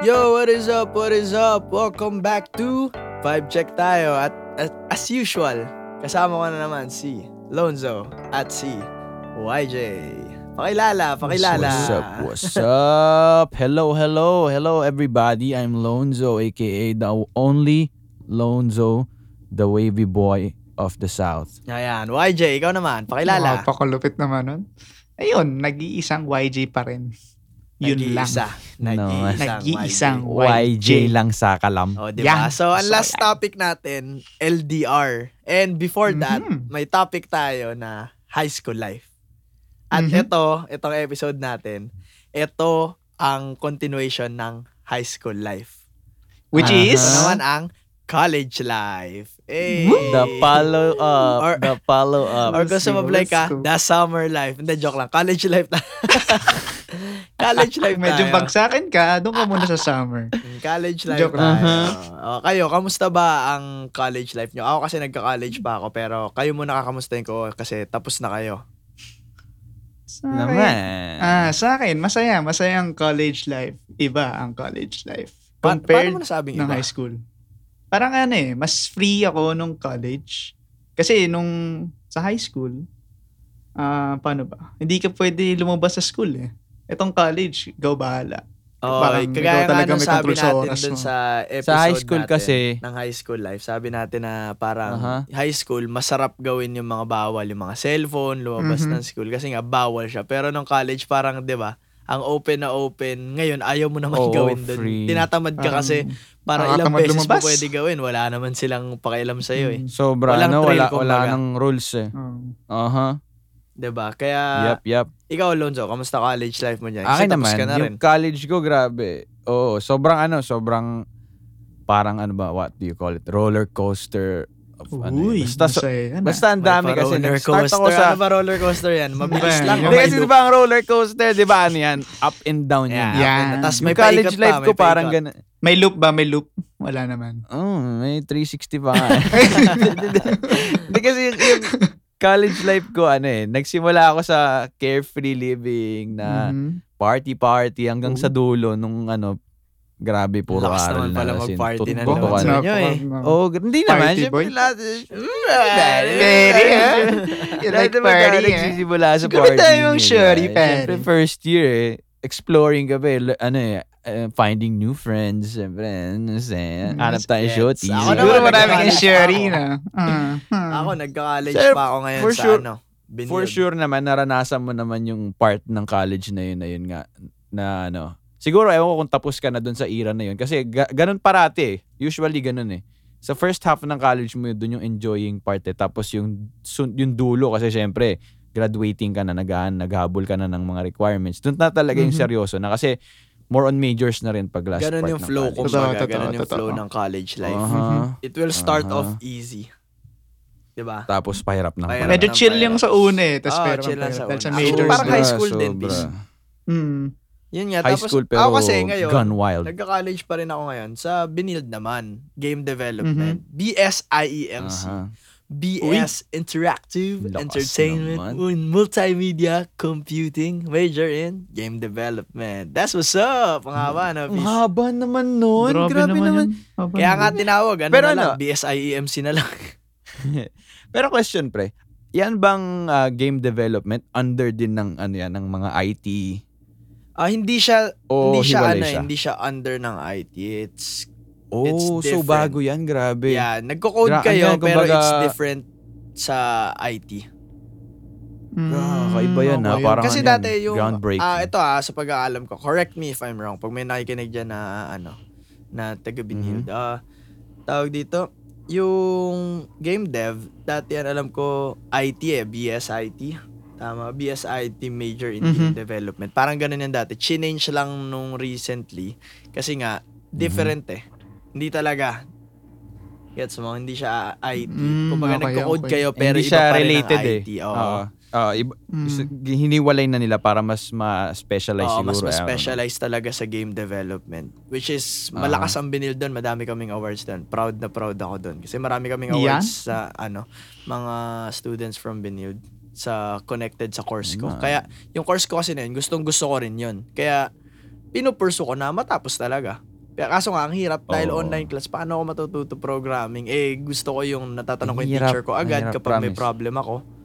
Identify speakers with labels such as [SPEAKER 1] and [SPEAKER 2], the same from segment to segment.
[SPEAKER 1] Yo, what is up? What is up? Welcome back to Vibe Check tayo at, at as usual, kasama ko na naman si Lonzo at si YJ. Pakilala, pakilala.
[SPEAKER 2] What's up? What's up? Hello, hello, hello everybody. I'm Lonzo aka the only Lonzo, the wavy boy of the South.
[SPEAKER 1] Ayan, YJ, ikaw naman, pakilala.
[SPEAKER 3] Wow, pakulupit naman nun. Ayun, nag-iisang YJ pa rin. Yun lang.
[SPEAKER 1] Nag-iisa.
[SPEAKER 2] No,
[SPEAKER 1] Nag-iisang.
[SPEAKER 3] Nag-iisang
[SPEAKER 1] YJ.
[SPEAKER 3] YJ.
[SPEAKER 2] YJ lang sa kalam.
[SPEAKER 1] O, Oh, di ba?
[SPEAKER 3] Yan.
[SPEAKER 1] So, ang
[SPEAKER 3] So,
[SPEAKER 1] last
[SPEAKER 3] yan.
[SPEAKER 1] topic natin, LDR. And before that,
[SPEAKER 3] Mhm.
[SPEAKER 1] may topic tayo na high school life. At
[SPEAKER 3] Mhm.
[SPEAKER 1] ito, itong episode natin, ito ang continuation ng high school life.
[SPEAKER 3] Which
[SPEAKER 2] Ah.
[SPEAKER 1] Ito
[SPEAKER 3] is,
[SPEAKER 1] Ano naman ang college life. Hey!
[SPEAKER 2] The follow up,
[SPEAKER 1] Or-
[SPEAKER 2] the follow up.
[SPEAKER 1] Or gusto mo blay ka,
[SPEAKER 3] Let's go.
[SPEAKER 1] the summer life. Hindi, joke lang. College life na. college life
[SPEAKER 3] medyo
[SPEAKER 1] tayo.
[SPEAKER 3] bagsakin ka, doon ka muna sa summer.
[SPEAKER 1] Mm, College life
[SPEAKER 3] Joke Uh-huh.
[SPEAKER 1] tayo.
[SPEAKER 2] lang.
[SPEAKER 1] Oh, kayo, kamusta ba ang college life nyo? Ako kasi nagka-college pa ako, pero kayo muna kakamustahin ko kasi tapos na kayo.
[SPEAKER 3] Sa
[SPEAKER 2] Naman.
[SPEAKER 3] akin, Ah, sa akin, masaya. Masaya ang college life. Iba ang college life.
[SPEAKER 1] Pa- paano
[SPEAKER 3] Compared
[SPEAKER 1] mo nasabing
[SPEAKER 3] ng
[SPEAKER 1] iba?
[SPEAKER 3] high school. Parang ano eh, mas free ako nung college. Kasi nung sa high school, ah paano ba? Hindi ka pwede lumabas sa school eh. Itong college, go bahala.
[SPEAKER 1] Oh, kagaya
[SPEAKER 3] Parang ikaw
[SPEAKER 1] nga
[SPEAKER 3] talaga
[SPEAKER 1] nung
[SPEAKER 3] may
[SPEAKER 1] sabi
[SPEAKER 3] control sa
[SPEAKER 1] natin
[SPEAKER 3] oras
[SPEAKER 1] dun
[SPEAKER 3] mo.
[SPEAKER 1] sa episode
[SPEAKER 2] Sa high school
[SPEAKER 1] natin,
[SPEAKER 2] kasi,
[SPEAKER 1] ng high school life, sabi natin na parang
[SPEAKER 2] Aha.
[SPEAKER 3] Uh-huh.
[SPEAKER 1] high school, masarap gawin yung mga bawal, yung mga cellphone, lumabas
[SPEAKER 3] Mhm.
[SPEAKER 1] ng school kasi nga bawal siya. Pero nung college, parang 'di ba? Ang open na open, ngayon ayaw mo naman
[SPEAKER 2] Oo,
[SPEAKER 1] gawin doon.
[SPEAKER 2] free.
[SPEAKER 1] Tinatamad ka
[SPEAKER 3] Parang
[SPEAKER 1] kasi para ilang
[SPEAKER 3] nakakatamad
[SPEAKER 1] beses
[SPEAKER 3] lumabas.
[SPEAKER 1] mo pwede gawin, wala naman silang pakialam sa iyo eh.
[SPEAKER 2] sobra
[SPEAKER 1] walang
[SPEAKER 2] ano,
[SPEAKER 1] trail
[SPEAKER 2] wala
[SPEAKER 1] kumbaga.
[SPEAKER 2] wala nang rules eh. Uh-huh.
[SPEAKER 3] Um,
[SPEAKER 2] Aha.
[SPEAKER 1] 'Di ba? Diba? Kaya
[SPEAKER 2] Mm. Yep, yep.
[SPEAKER 1] Ikaw, Lonzo, kamusta college life mo dyan? Kasi
[SPEAKER 2] Akin
[SPEAKER 1] tapos eh,
[SPEAKER 2] naman,
[SPEAKER 1] ka na rin.
[SPEAKER 2] yung college ko, grabe. Oo, sobrang ano, sobrang parang ano ba, what do you call it? Roller coaster. Of,
[SPEAKER 3] oh.
[SPEAKER 2] ano yun.
[SPEAKER 3] uy, eh, ano?
[SPEAKER 2] basta, so-
[SPEAKER 3] masaya na.
[SPEAKER 2] basta ang dami kasi.
[SPEAKER 1] roller
[SPEAKER 2] Nag-start ako
[SPEAKER 1] coaster.
[SPEAKER 2] sa...
[SPEAKER 1] Ano ba roller coaster yan? Mabilis
[SPEAKER 3] Ba,
[SPEAKER 1] lang.
[SPEAKER 3] yung
[SPEAKER 2] Hindi
[SPEAKER 1] may
[SPEAKER 2] kasi
[SPEAKER 1] loop.
[SPEAKER 2] diba ang roller coaster, di ba ano yan? Up and down
[SPEAKER 1] Yeah.
[SPEAKER 2] yan.
[SPEAKER 3] Yeah.
[SPEAKER 1] Tapos may
[SPEAKER 2] Yung college
[SPEAKER 1] paikot pa,
[SPEAKER 2] life
[SPEAKER 1] may
[SPEAKER 2] ko parang
[SPEAKER 1] paikot.
[SPEAKER 2] ganun.
[SPEAKER 3] May loop ba? May loop? Wala naman.
[SPEAKER 2] Oh, may 360 pa nga. Hindi kasi yung, yung college life ko, ano eh, nagsimula ako sa carefree living na
[SPEAKER 3] Mhm.
[SPEAKER 1] Mm-hmm.
[SPEAKER 2] party-party hanggang
[SPEAKER 3] Ooh.
[SPEAKER 2] sa dulo nung ano, grabe, puro
[SPEAKER 1] Lakas naman
[SPEAKER 2] aral na.
[SPEAKER 1] pala
[SPEAKER 2] as in,
[SPEAKER 1] mag-party na
[SPEAKER 2] tuktok
[SPEAKER 1] naman.
[SPEAKER 2] ka na.
[SPEAKER 1] Ano yun eh?
[SPEAKER 3] Napaka-
[SPEAKER 2] Oh, gr- hindi naman.
[SPEAKER 3] Party
[SPEAKER 2] Siyempre,
[SPEAKER 3] boy?
[SPEAKER 2] lahat. eh,
[SPEAKER 1] Mm,
[SPEAKER 3] Very, ah. You like
[SPEAKER 2] Lahat naman
[SPEAKER 3] party,
[SPEAKER 2] tayo
[SPEAKER 3] eh.
[SPEAKER 2] nagsisimula sa
[SPEAKER 3] Siguro
[SPEAKER 2] party.
[SPEAKER 3] tayo yung
[SPEAKER 2] yun,
[SPEAKER 3] shorty,
[SPEAKER 1] eh.
[SPEAKER 2] diba?
[SPEAKER 3] pare.
[SPEAKER 2] Siyempre, first year eh. Exploring ka ba eh. l- Ano eh. uh, finding new friends. Siyempre, ano sa'yo.
[SPEAKER 3] Yes,
[SPEAKER 2] Hanap tayo
[SPEAKER 1] yes.
[SPEAKER 2] shorty.
[SPEAKER 1] Ako
[SPEAKER 3] Hmm. Siguro
[SPEAKER 1] naman,
[SPEAKER 3] marami
[SPEAKER 1] nagka-college
[SPEAKER 3] kang
[SPEAKER 1] pa
[SPEAKER 3] sherry
[SPEAKER 1] ako.
[SPEAKER 3] na. Ah, ah.
[SPEAKER 1] eh. Ako, nagka-college
[SPEAKER 2] Sir,
[SPEAKER 1] pa ako ngayon
[SPEAKER 2] for
[SPEAKER 1] sa
[SPEAKER 2] sure-
[SPEAKER 1] ano. Binyog.
[SPEAKER 2] For sure naman, naranasan mo naman yung part ng college na yun na yun nga. Na ano. Siguro, ewan ko kung tapos ka na dun sa era na yun. Kasi ga- ganun parati eh. Usually ganun eh. Sa first half ng college mo, dun yung enjoying part eh. Tapos yung, sun- yung dulo kasi syempre, graduating ka na, naghahan, naghabol ka na ng mga requirements. Dun na talaga yung
[SPEAKER 3] Mhm.
[SPEAKER 2] seryoso na kasi more on majors na rin pag last
[SPEAKER 1] Ganon Mm-hmm.
[SPEAKER 2] part
[SPEAKER 1] yung
[SPEAKER 2] ng
[SPEAKER 1] flow,
[SPEAKER 2] college. Uh-huh.
[SPEAKER 1] kumbaga.
[SPEAKER 3] Totoo, totoo,
[SPEAKER 1] Ganon yung
[SPEAKER 3] totoo.
[SPEAKER 1] flow ng college life. Mm-hmm.
[SPEAKER 2] Aha.
[SPEAKER 1] It will start
[SPEAKER 2] Aha.
[SPEAKER 1] off easy. Diba?
[SPEAKER 2] Tapos pahirap ng
[SPEAKER 1] Pahirap.
[SPEAKER 3] Medyo
[SPEAKER 1] ng
[SPEAKER 3] chill
[SPEAKER 1] pahirap.
[SPEAKER 3] yung sa una eh. Tapos
[SPEAKER 1] Oo,
[SPEAKER 3] pero
[SPEAKER 1] Ah, chill lang sa
[SPEAKER 3] dahil sa
[SPEAKER 1] una.
[SPEAKER 3] majors.
[SPEAKER 1] Parang
[SPEAKER 3] na.
[SPEAKER 1] high school din,
[SPEAKER 2] Sobra.
[SPEAKER 1] bis.
[SPEAKER 3] Mm.
[SPEAKER 1] Yun nga.
[SPEAKER 2] High
[SPEAKER 1] Tapos,
[SPEAKER 2] school pero
[SPEAKER 1] ako kasi ngayon,
[SPEAKER 2] gun wild.
[SPEAKER 1] nagka-college pa rin ako ngayon sa Binild naman. Game Development. BSIEMC.
[SPEAKER 2] Mhm. Aha.
[SPEAKER 1] BS Interactive
[SPEAKER 2] Lakas
[SPEAKER 1] Entertainment
[SPEAKER 2] naman.
[SPEAKER 1] and Multimedia Computing Major in Game Development. That's what's up!
[SPEAKER 2] Mm.
[SPEAKER 1] Ang haba, no?
[SPEAKER 2] Ang
[SPEAKER 1] Bis?
[SPEAKER 2] haba naman nun. Grabe, naman.
[SPEAKER 3] yun.
[SPEAKER 1] Kaya nga tinawag, ano
[SPEAKER 2] Pero
[SPEAKER 1] na lang,
[SPEAKER 2] ano?
[SPEAKER 1] BSIEMC na lang.
[SPEAKER 2] Pero question pre, yan bang ah, game development under din ng ano yan ng mga IT
[SPEAKER 1] Ah, hindi siya,
[SPEAKER 2] o
[SPEAKER 1] hindi siya,
[SPEAKER 2] Oh, hiwalay
[SPEAKER 1] ano, eh,
[SPEAKER 2] siya?
[SPEAKER 1] hindi siya under ng IT. It's, it's
[SPEAKER 2] Oh, so
[SPEAKER 1] different.
[SPEAKER 2] bago yan, grabe.
[SPEAKER 1] yeah, nagko-code
[SPEAKER 2] Gra-
[SPEAKER 1] kayo,
[SPEAKER 2] ano yan,
[SPEAKER 1] pero
[SPEAKER 2] kumbaga-
[SPEAKER 1] it's different sa IT.
[SPEAKER 2] Kakaiba
[SPEAKER 3] ah,
[SPEAKER 2] yan ha, parang
[SPEAKER 1] Mm. Kasi
[SPEAKER 2] ano yan,
[SPEAKER 1] dati yung,
[SPEAKER 2] groundbreaking.
[SPEAKER 1] ah, ito ah, sa pag-aalam ko, correct me if I'm wrong, pag may nakikinig dyan na, ano, na taga Binhid,
[SPEAKER 2] Mm-hmm.
[SPEAKER 1] ah, tawag dito, yung game dev, dati yan alam ko, IT eh, BSIT, tama, BSIT major in game
[SPEAKER 2] Mm-hmm.
[SPEAKER 3] Mhm.
[SPEAKER 1] development. Parang ganun yan dati. Chinange lang nung recently, kasi nga,
[SPEAKER 2] Mm-hmm.
[SPEAKER 1] different eh. Hindi talaga, gets mo, hindi siya IT.
[SPEAKER 3] Mm,
[SPEAKER 1] Kumbaga
[SPEAKER 3] okay,
[SPEAKER 1] nagko-code
[SPEAKER 3] okay.
[SPEAKER 1] kayo, pero
[SPEAKER 2] hindi
[SPEAKER 1] iba
[SPEAKER 2] siya
[SPEAKER 1] pa rin
[SPEAKER 2] related
[SPEAKER 1] ang
[SPEAKER 2] eh.
[SPEAKER 1] IT. oo. Hmm.
[SPEAKER 2] Oo. Ah, iba- s- hiniwalay na nila para mas ma-specialize
[SPEAKER 1] Oo, mas
[SPEAKER 2] siguro. eh, I don't know.
[SPEAKER 1] ma-specialize talaga sa game development. Which is,
[SPEAKER 2] Ah.
[SPEAKER 1] malakas ang binil doon. Madami kaming awards doon. Proud na proud ako doon. Kasi marami kaming
[SPEAKER 3] Yan?
[SPEAKER 1] awards sa ano mga students from Binild sa connected sa course ko.
[SPEAKER 2] Nice.
[SPEAKER 1] Kaya, yung course ko kasi na yun, gustong gusto ko rin yun. Kaya, pinupursu ko na matapos talaga. Kaya kaso nga, ang hirap dahil
[SPEAKER 2] Oo.
[SPEAKER 1] online class, paano ako matututo programming? Eh, gusto ko yung natatanong ko yung
[SPEAKER 2] Hirap,
[SPEAKER 1] teacher ko agad
[SPEAKER 2] hirap,
[SPEAKER 1] kapag may
[SPEAKER 2] promise.
[SPEAKER 1] problem ako.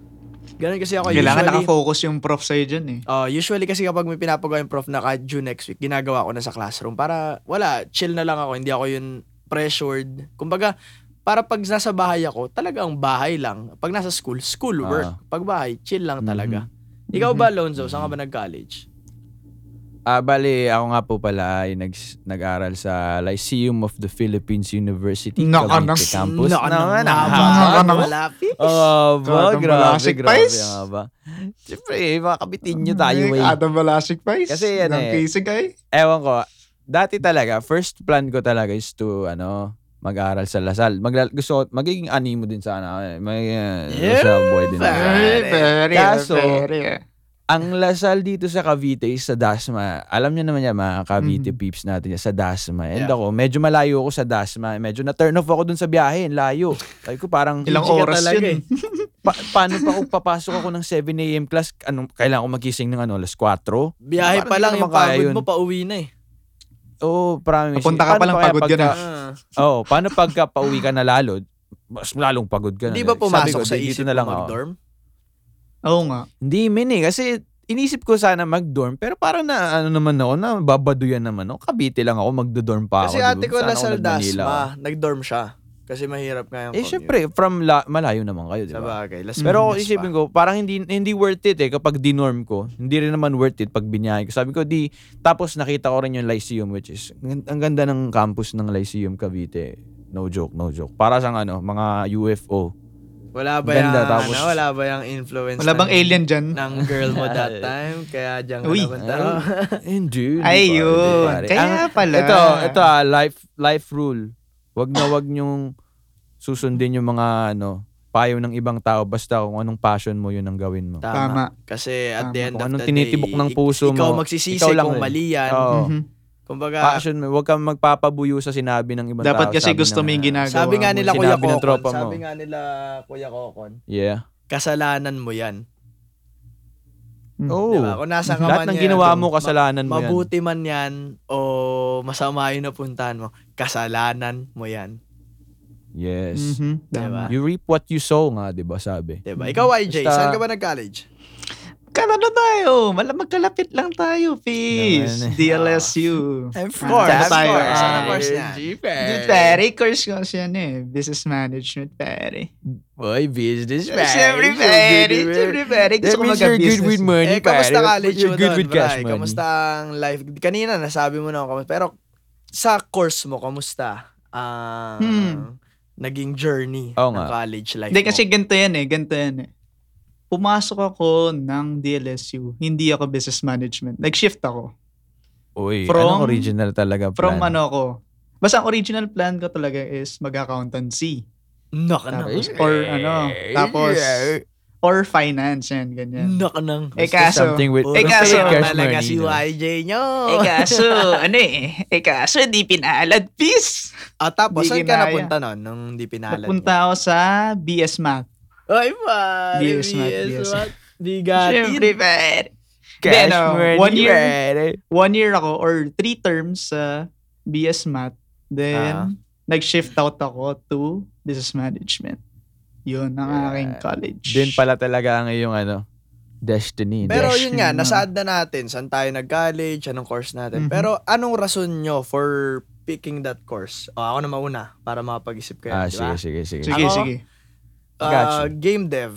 [SPEAKER 1] Ganun kasi ako
[SPEAKER 3] Kailangan
[SPEAKER 1] usually.
[SPEAKER 3] nakafocus yung prof sa'yo dyan eh.
[SPEAKER 1] Uh, usually kasi kapag may pinapagawa yung prof na kahit due next week, ginagawa ko na sa classroom para wala, chill na lang ako, hindi ako yun pressured. Kumbaga, para pag nasa bahay ako, talagang bahay lang. Pag nasa school, school work.
[SPEAKER 2] Ah. Mm-hmm.
[SPEAKER 1] Pag bahay, chill lang talaga. Ikaw ba, Lonzo? Saan ka ba nag-college?
[SPEAKER 2] Ah, bali, ako nga po pala ay nag, nag-aral sa Lyceum of the Philippines University
[SPEAKER 3] Naka
[SPEAKER 2] Cavite
[SPEAKER 3] nang-
[SPEAKER 2] Campus. ah.
[SPEAKER 1] Naka nang-
[SPEAKER 2] Naka-
[SPEAKER 1] naka-
[SPEAKER 3] naka-
[SPEAKER 1] naka-
[SPEAKER 3] naka-
[SPEAKER 1] Malapit.
[SPEAKER 2] Oo ba?
[SPEAKER 3] Kadang
[SPEAKER 2] Grabe,
[SPEAKER 3] balasik,
[SPEAKER 2] grabe
[SPEAKER 3] Pais.
[SPEAKER 2] nga ba? Siyempre, eh, mga kabitin nyo tayo eh.
[SPEAKER 3] Adam Balasik Pais.
[SPEAKER 2] Kasi yan
[SPEAKER 3] ng
[SPEAKER 2] eh.
[SPEAKER 3] Kisig ay.
[SPEAKER 2] Ewan ko, dati talaga, first plan ko talaga is to, ano, mag-aral sa Lasal. Magla- gusto ko, magiging animo din sana. ako eh. May, uh,
[SPEAKER 1] Yeah,
[SPEAKER 2] Lasal boy din ako.
[SPEAKER 1] Very,
[SPEAKER 3] very,
[SPEAKER 2] Kaso,
[SPEAKER 3] very.
[SPEAKER 2] Ang Lasal dito sa Cavite is sa Dasma. Alam niyo naman yan, mga Cavite
[SPEAKER 3] Mm.
[SPEAKER 2] peeps natin yan, sa Dasma. And
[SPEAKER 1] Yeah.
[SPEAKER 2] ako, medyo malayo ako sa Dasma. Medyo na-turn off ako dun sa biyahe, layo. Sabi ko parang,
[SPEAKER 3] Ilang
[SPEAKER 1] Hindi ka
[SPEAKER 3] oras
[SPEAKER 1] talaga
[SPEAKER 3] yun.
[SPEAKER 2] eh.
[SPEAKER 3] eh.
[SPEAKER 2] pa- paano pa ako papasok ako ng 7 a.m. class? Anong, kailangan ko magising ng ano, alas 4?
[SPEAKER 1] Biyahe
[SPEAKER 2] Parang
[SPEAKER 1] pa lang
[SPEAKER 2] hindi
[SPEAKER 1] yung
[SPEAKER 2] naman kaya
[SPEAKER 1] pagod
[SPEAKER 2] yun.
[SPEAKER 1] mo, pauwi na eh.
[SPEAKER 2] Oo, oh, promise.
[SPEAKER 3] Napunta ka
[SPEAKER 2] Paano
[SPEAKER 3] palang
[SPEAKER 2] kaya
[SPEAKER 3] pagod eh. ka
[SPEAKER 2] pagka-
[SPEAKER 3] na.
[SPEAKER 1] Ah.
[SPEAKER 2] Oo, Oh, paano pagka pauwi ka na lalo, mas lalong pagod ka na.
[SPEAKER 1] Hindi ba
[SPEAKER 2] eh. Sabi
[SPEAKER 1] pumasok
[SPEAKER 2] ko,
[SPEAKER 1] sa
[SPEAKER 2] "Di, dito
[SPEAKER 1] isip
[SPEAKER 2] na lang
[SPEAKER 1] mo
[SPEAKER 2] ako."
[SPEAKER 1] mag-dorm?
[SPEAKER 3] Oo nga.
[SPEAKER 2] Hindi, min eh. Kasi inisip ko sana mag-dorm, pero parang na, ano naman ako, na babaduyan naman ako. Cavite lang ako, magdo-dorm pa
[SPEAKER 1] Kasi
[SPEAKER 2] ako. di ba?
[SPEAKER 1] ate ko
[SPEAKER 2] Sana ako
[SPEAKER 1] Lasal
[SPEAKER 2] nag-Manila.
[SPEAKER 1] Dasma, nag-dorm siya. Kasi mahirap nga yung
[SPEAKER 2] Eh,
[SPEAKER 1] commute.
[SPEAKER 2] syempre, from la- malayo naman kayo, di
[SPEAKER 1] Sa Hmm,
[SPEAKER 2] ba? Mm,
[SPEAKER 1] bagay. Las
[SPEAKER 2] Pero ako
[SPEAKER 1] Piñas pa.
[SPEAKER 2] isipin ko, parang hindi hindi worth it eh kapag dinorm ko. Hindi rin naman worth it pag binyahe ko. Sabi ko di tapos nakita ko rin yung Lyceum which is ang, ang ganda ng campus ng Lyceum Cavite. No joke, no joke. Para sang ano, mga UFO.
[SPEAKER 1] Wala ba
[SPEAKER 2] Ganda,
[SPEAKER 1] yung,
[SPEAKER 2] tapos-
[SPEAKER 1] ano, wala ba yung influence
[SPEAKER 3] Wala bang
[SPEAKER 1] ng,
[SPEAKER 3] alien dyan?
[SPEAKER 1] ng girl mo that time? Kaya diyan ka
[SPEAKER 3] Uy.
[SPEAKER 1] napunta.
[SPEAKER 2] Hindi.
[SPEAKER 3] Ay, yun.
[SPEAKER 2] pare.
[SPEAKER 3] Kaya pala.
[SPEAKER 2] Ito, ito ah, life, life rule. Wag na wag niyong susundin yung mga ano, payo ng ibang tao basta kung anong passion mo yun ang gawin mo.
[SPEAKER 1] Tama.
[SPEAKER 3] Tama.
[SPEAKER 1] Kasi at the
[SPEAKER 3] Tama.
[SPEAKER 1] end
[SPEAKER 2] Kung
[SPEAKER 1] of
[SPEAKER 2] anong
[SPEAKER 1] the
[SPEAKER 2] tinitibok
[SPEAKER 1] day,
[SPEAKER 2] ng puso
[SPEAKER 1] ikaw
[SPEAKER 2] mo,
[SPEAKER 1] magsisisi
[SPEAKER 2] ikaw lang
[SPEAKER 1] kung
[SPEAKER 2] eh.
[SPEAKER 1] mali yan.
[SPEAKER 2] Oo.
[SPEAKER 3] Mhm.
[SPEAKER 1] Kumbaga,
[SPEAKER 2] passion mo. Huwag kang magpapabuyo sa sinabi ng ibang
[SPEAKER 3] Dapat
[SPEAKER 2] tao.
[SPEAKER 3] kasi
[SPEAKER 2] Sabi
[SPEAKER 3] gusto
[SPEAKER 2] ng-
[SPEAKER 3] mo yung ginagawa.
[SPEAKER 1] sabi nga
[SPEAKER 3] mo.
[SPEAKER 1] nila
[SPEAKER 2] Sinabi
[SPEAKER 1] Kuya
[SPEAKER 2] ng
[SPEAKER 1] Kokon,
[SPEAKER 2] tropa mo.
[SPEAKER 1] sabi nga nila Kuya Kokon,
[SPEAKER 2] Yeah.
[SPEAKER 1] kasalanan mo yan.
[SPEAKER 3] Mm.
[SPEAKER 2] Oh.
[SPEAKER 1] Diba? Kung nasa ka
[SPEAKER 2] Lahat
[SPEAKER 1] man
[SPEAKER 2] ng
[SPEAKER 1] yan,
[SPEAKER 2] ginawa mo,
[SPEAKER 1] ma-
[SPEAKER 2] kasalanan mo yan.
[SPEAKER 1] Mabuti man yan o masama yung napuntahan mo, kasalanan mo yan.
[SPEAKER 2] Yes.
[SPEAKER 3] Mhm.
[SPEAKER 1] Diba?
[SPEAKER 3] Tama.
[SPEAKER 2] You reap what you sow nga, di ba sabi?
[SPEAKER 1] Diba? Ikaw, IJ,
[SPEAKER 2] Hmm. Basta-
[SPEAKER 1] saan ka ba nag-college?
[SPEAKER 3] Kala na tayo. Mala- magkalapit lang tayo,
[SPEAKER 2] Naman,
[SPEAKER 3] peace.
[SPEAKER 2] eh.
[SPEAKER 3] DLSU.
[SPEAKER 1] Of
[SPEAKER 3] course,
[SPEAKER 1] of course.
[SPEAKER 3] of course.
[SPEAKER 1] Of course
[SPEAKER 2] Ay,
[SPEAKER 1] yan.
[SPEAKER 2] Eh,
[SPEAKER 3] Di pare, course ko siya eh. Business management, pare.
[SPEAKER 2] Oy, business
[SPEAKER 1] Eh,
[SPEAKER 2] man.
[SPEAKER 3] Siyempre,
[SPEAKER 2] You're so
[SPEAKER 3] pare.
[SPEAKER 2] good with-
[SPEAKER 3] Siyempre, pare.
[SPEAKER 2] That
[SPEAKER 3] Gusto ko
[SPEAKER 2] means you're good with
[SPEAKER 3] mag-business.
[SPEAKER 2] money,
[SPEAKER 1] Eh, kamusta
[SPEAKER 2] pare.
[SPEAKER 1] college
[SPEAKER 2] You're
[SPEAKER 1] mo
[SPEAKER 2] good
[SPEAKER 1] doon,
[SPEAKER 2] with cash
[SPEAKER 1] Bray?
[SPEAKER 2] money.
[SPEAKER 1] Kamusta ang life? Kanina, nasabi mo na ako. Pero sa course mo, kamusta ang
[SPEAKER 3] Hmm.
[SPEAKER 1] naging journey
[SPEAKER 2] Oo
[SPEAKER 1] ng
[SPEAKER 2] nga.
[SPEAKER 1] college life
[SPEAKER 3] Hindi
[SPEAKER 1] mo?
[SPEAKER 3] kasi ganito yan eh, ganito yan eh. Pumasok ako ng DLSU, hindi ako business management. Nag-shift ako.
[SPEAKER 2] Uy,
[SPEAKER 3] From-
[SPEAKER 2] anong original talaga
[SPEAKER 3] From
[SPEAKER 2] plan?
[SPEAKER 3] ano ko, basta ang original plan ko talaga is mag-accountancy.
[SPEAKER 1] Knock nang.
[SPEAKER 3] Tapos, or
[SPEAKER 1] Eh,
[SPEAKER 3] ano, tapos, or finance, yan, ganyan.
[SPEAKER 2] Hmm.
[SPEAKER 1] Knock nang.
[SPEAKER 3] Eh
[SPEAKER 2] Basta
[SPEAKER 3] kaso,
[SPEAKER 2] something with
[SPEAKER 1] Puro
[SPEAKER 3] eh, kaso-
[SPEAKER 2] basta cash
[SPEAKER 1] talaga
[SPEAKER 2] money
[SPEAKER 1] si
[SPEAKER 2] na.
[SPEAKER 1] YJ nyo.
[SPEAKER 3] eh kaso, ano eh, eh kaso, di pinalad, peace!
[SPEAKER 1] Ah, tapos,
[SPEAKER 3] Di
[SPEAKER 1] saan ka
[SPEAKER 3] kinaya.
[SPEAKER 1] napunta nun nung hindi pinalad
[SPEAKER 3] Napunta ako sa BS Math.
[SPEAKER 1] mo? Ay, pare.
[SPEAKER 3] BS Math,
[SPEAKER 1] BS
[SPEAKER 3] BS.
[SPEAKER 1] Math. Di gatin.
[SPEAKER 3] Siyempre, pare. Hindi,
[SPEAKER 2] Cash
[SPEAKER 3] ano,
[SPEAKER 2] money,
[SPEAKER 3] one year.
[SPEAKER 2] pare.
[SPEAKER 3] one year ako or three terms sa BS Math. Then,
[SPEAKER 1] Ah.
[SPEAKER 3] nag-shift out ako to business management. Yun ang aking college.
[SPEAKER 2] Din pala talaga ang iyong ano, destiny.
[SPEAKER 1] Pero
[SPEAKER 3] Yes,
[SPEAKER 1] yun nga,
[SPEAKER 3] yun nga.
[SPEAKER 1] nasaad na natin saan tayo nag-college, anong course natin.
[SPEAKER 3] Mhm.
[SPEAKER 2] Mm-hmm.
[SPEAKER 1] Pero anong rason nyo for picking that course? O, ako na mauna para makapag-isip kayo.
[SPEAKER 2] ah,
[SPEAKER 1] di ba?
[SPEAKER 2] sige, sige, sige.
[SPEAKER 3] Sige,
[SPEAKER 1] Ako?
[SPEAKER 3] sige.
[SPEAKER 1] Ah,
[SPEAKER 2] Gotcha.
[SPEAKER 1] game dev.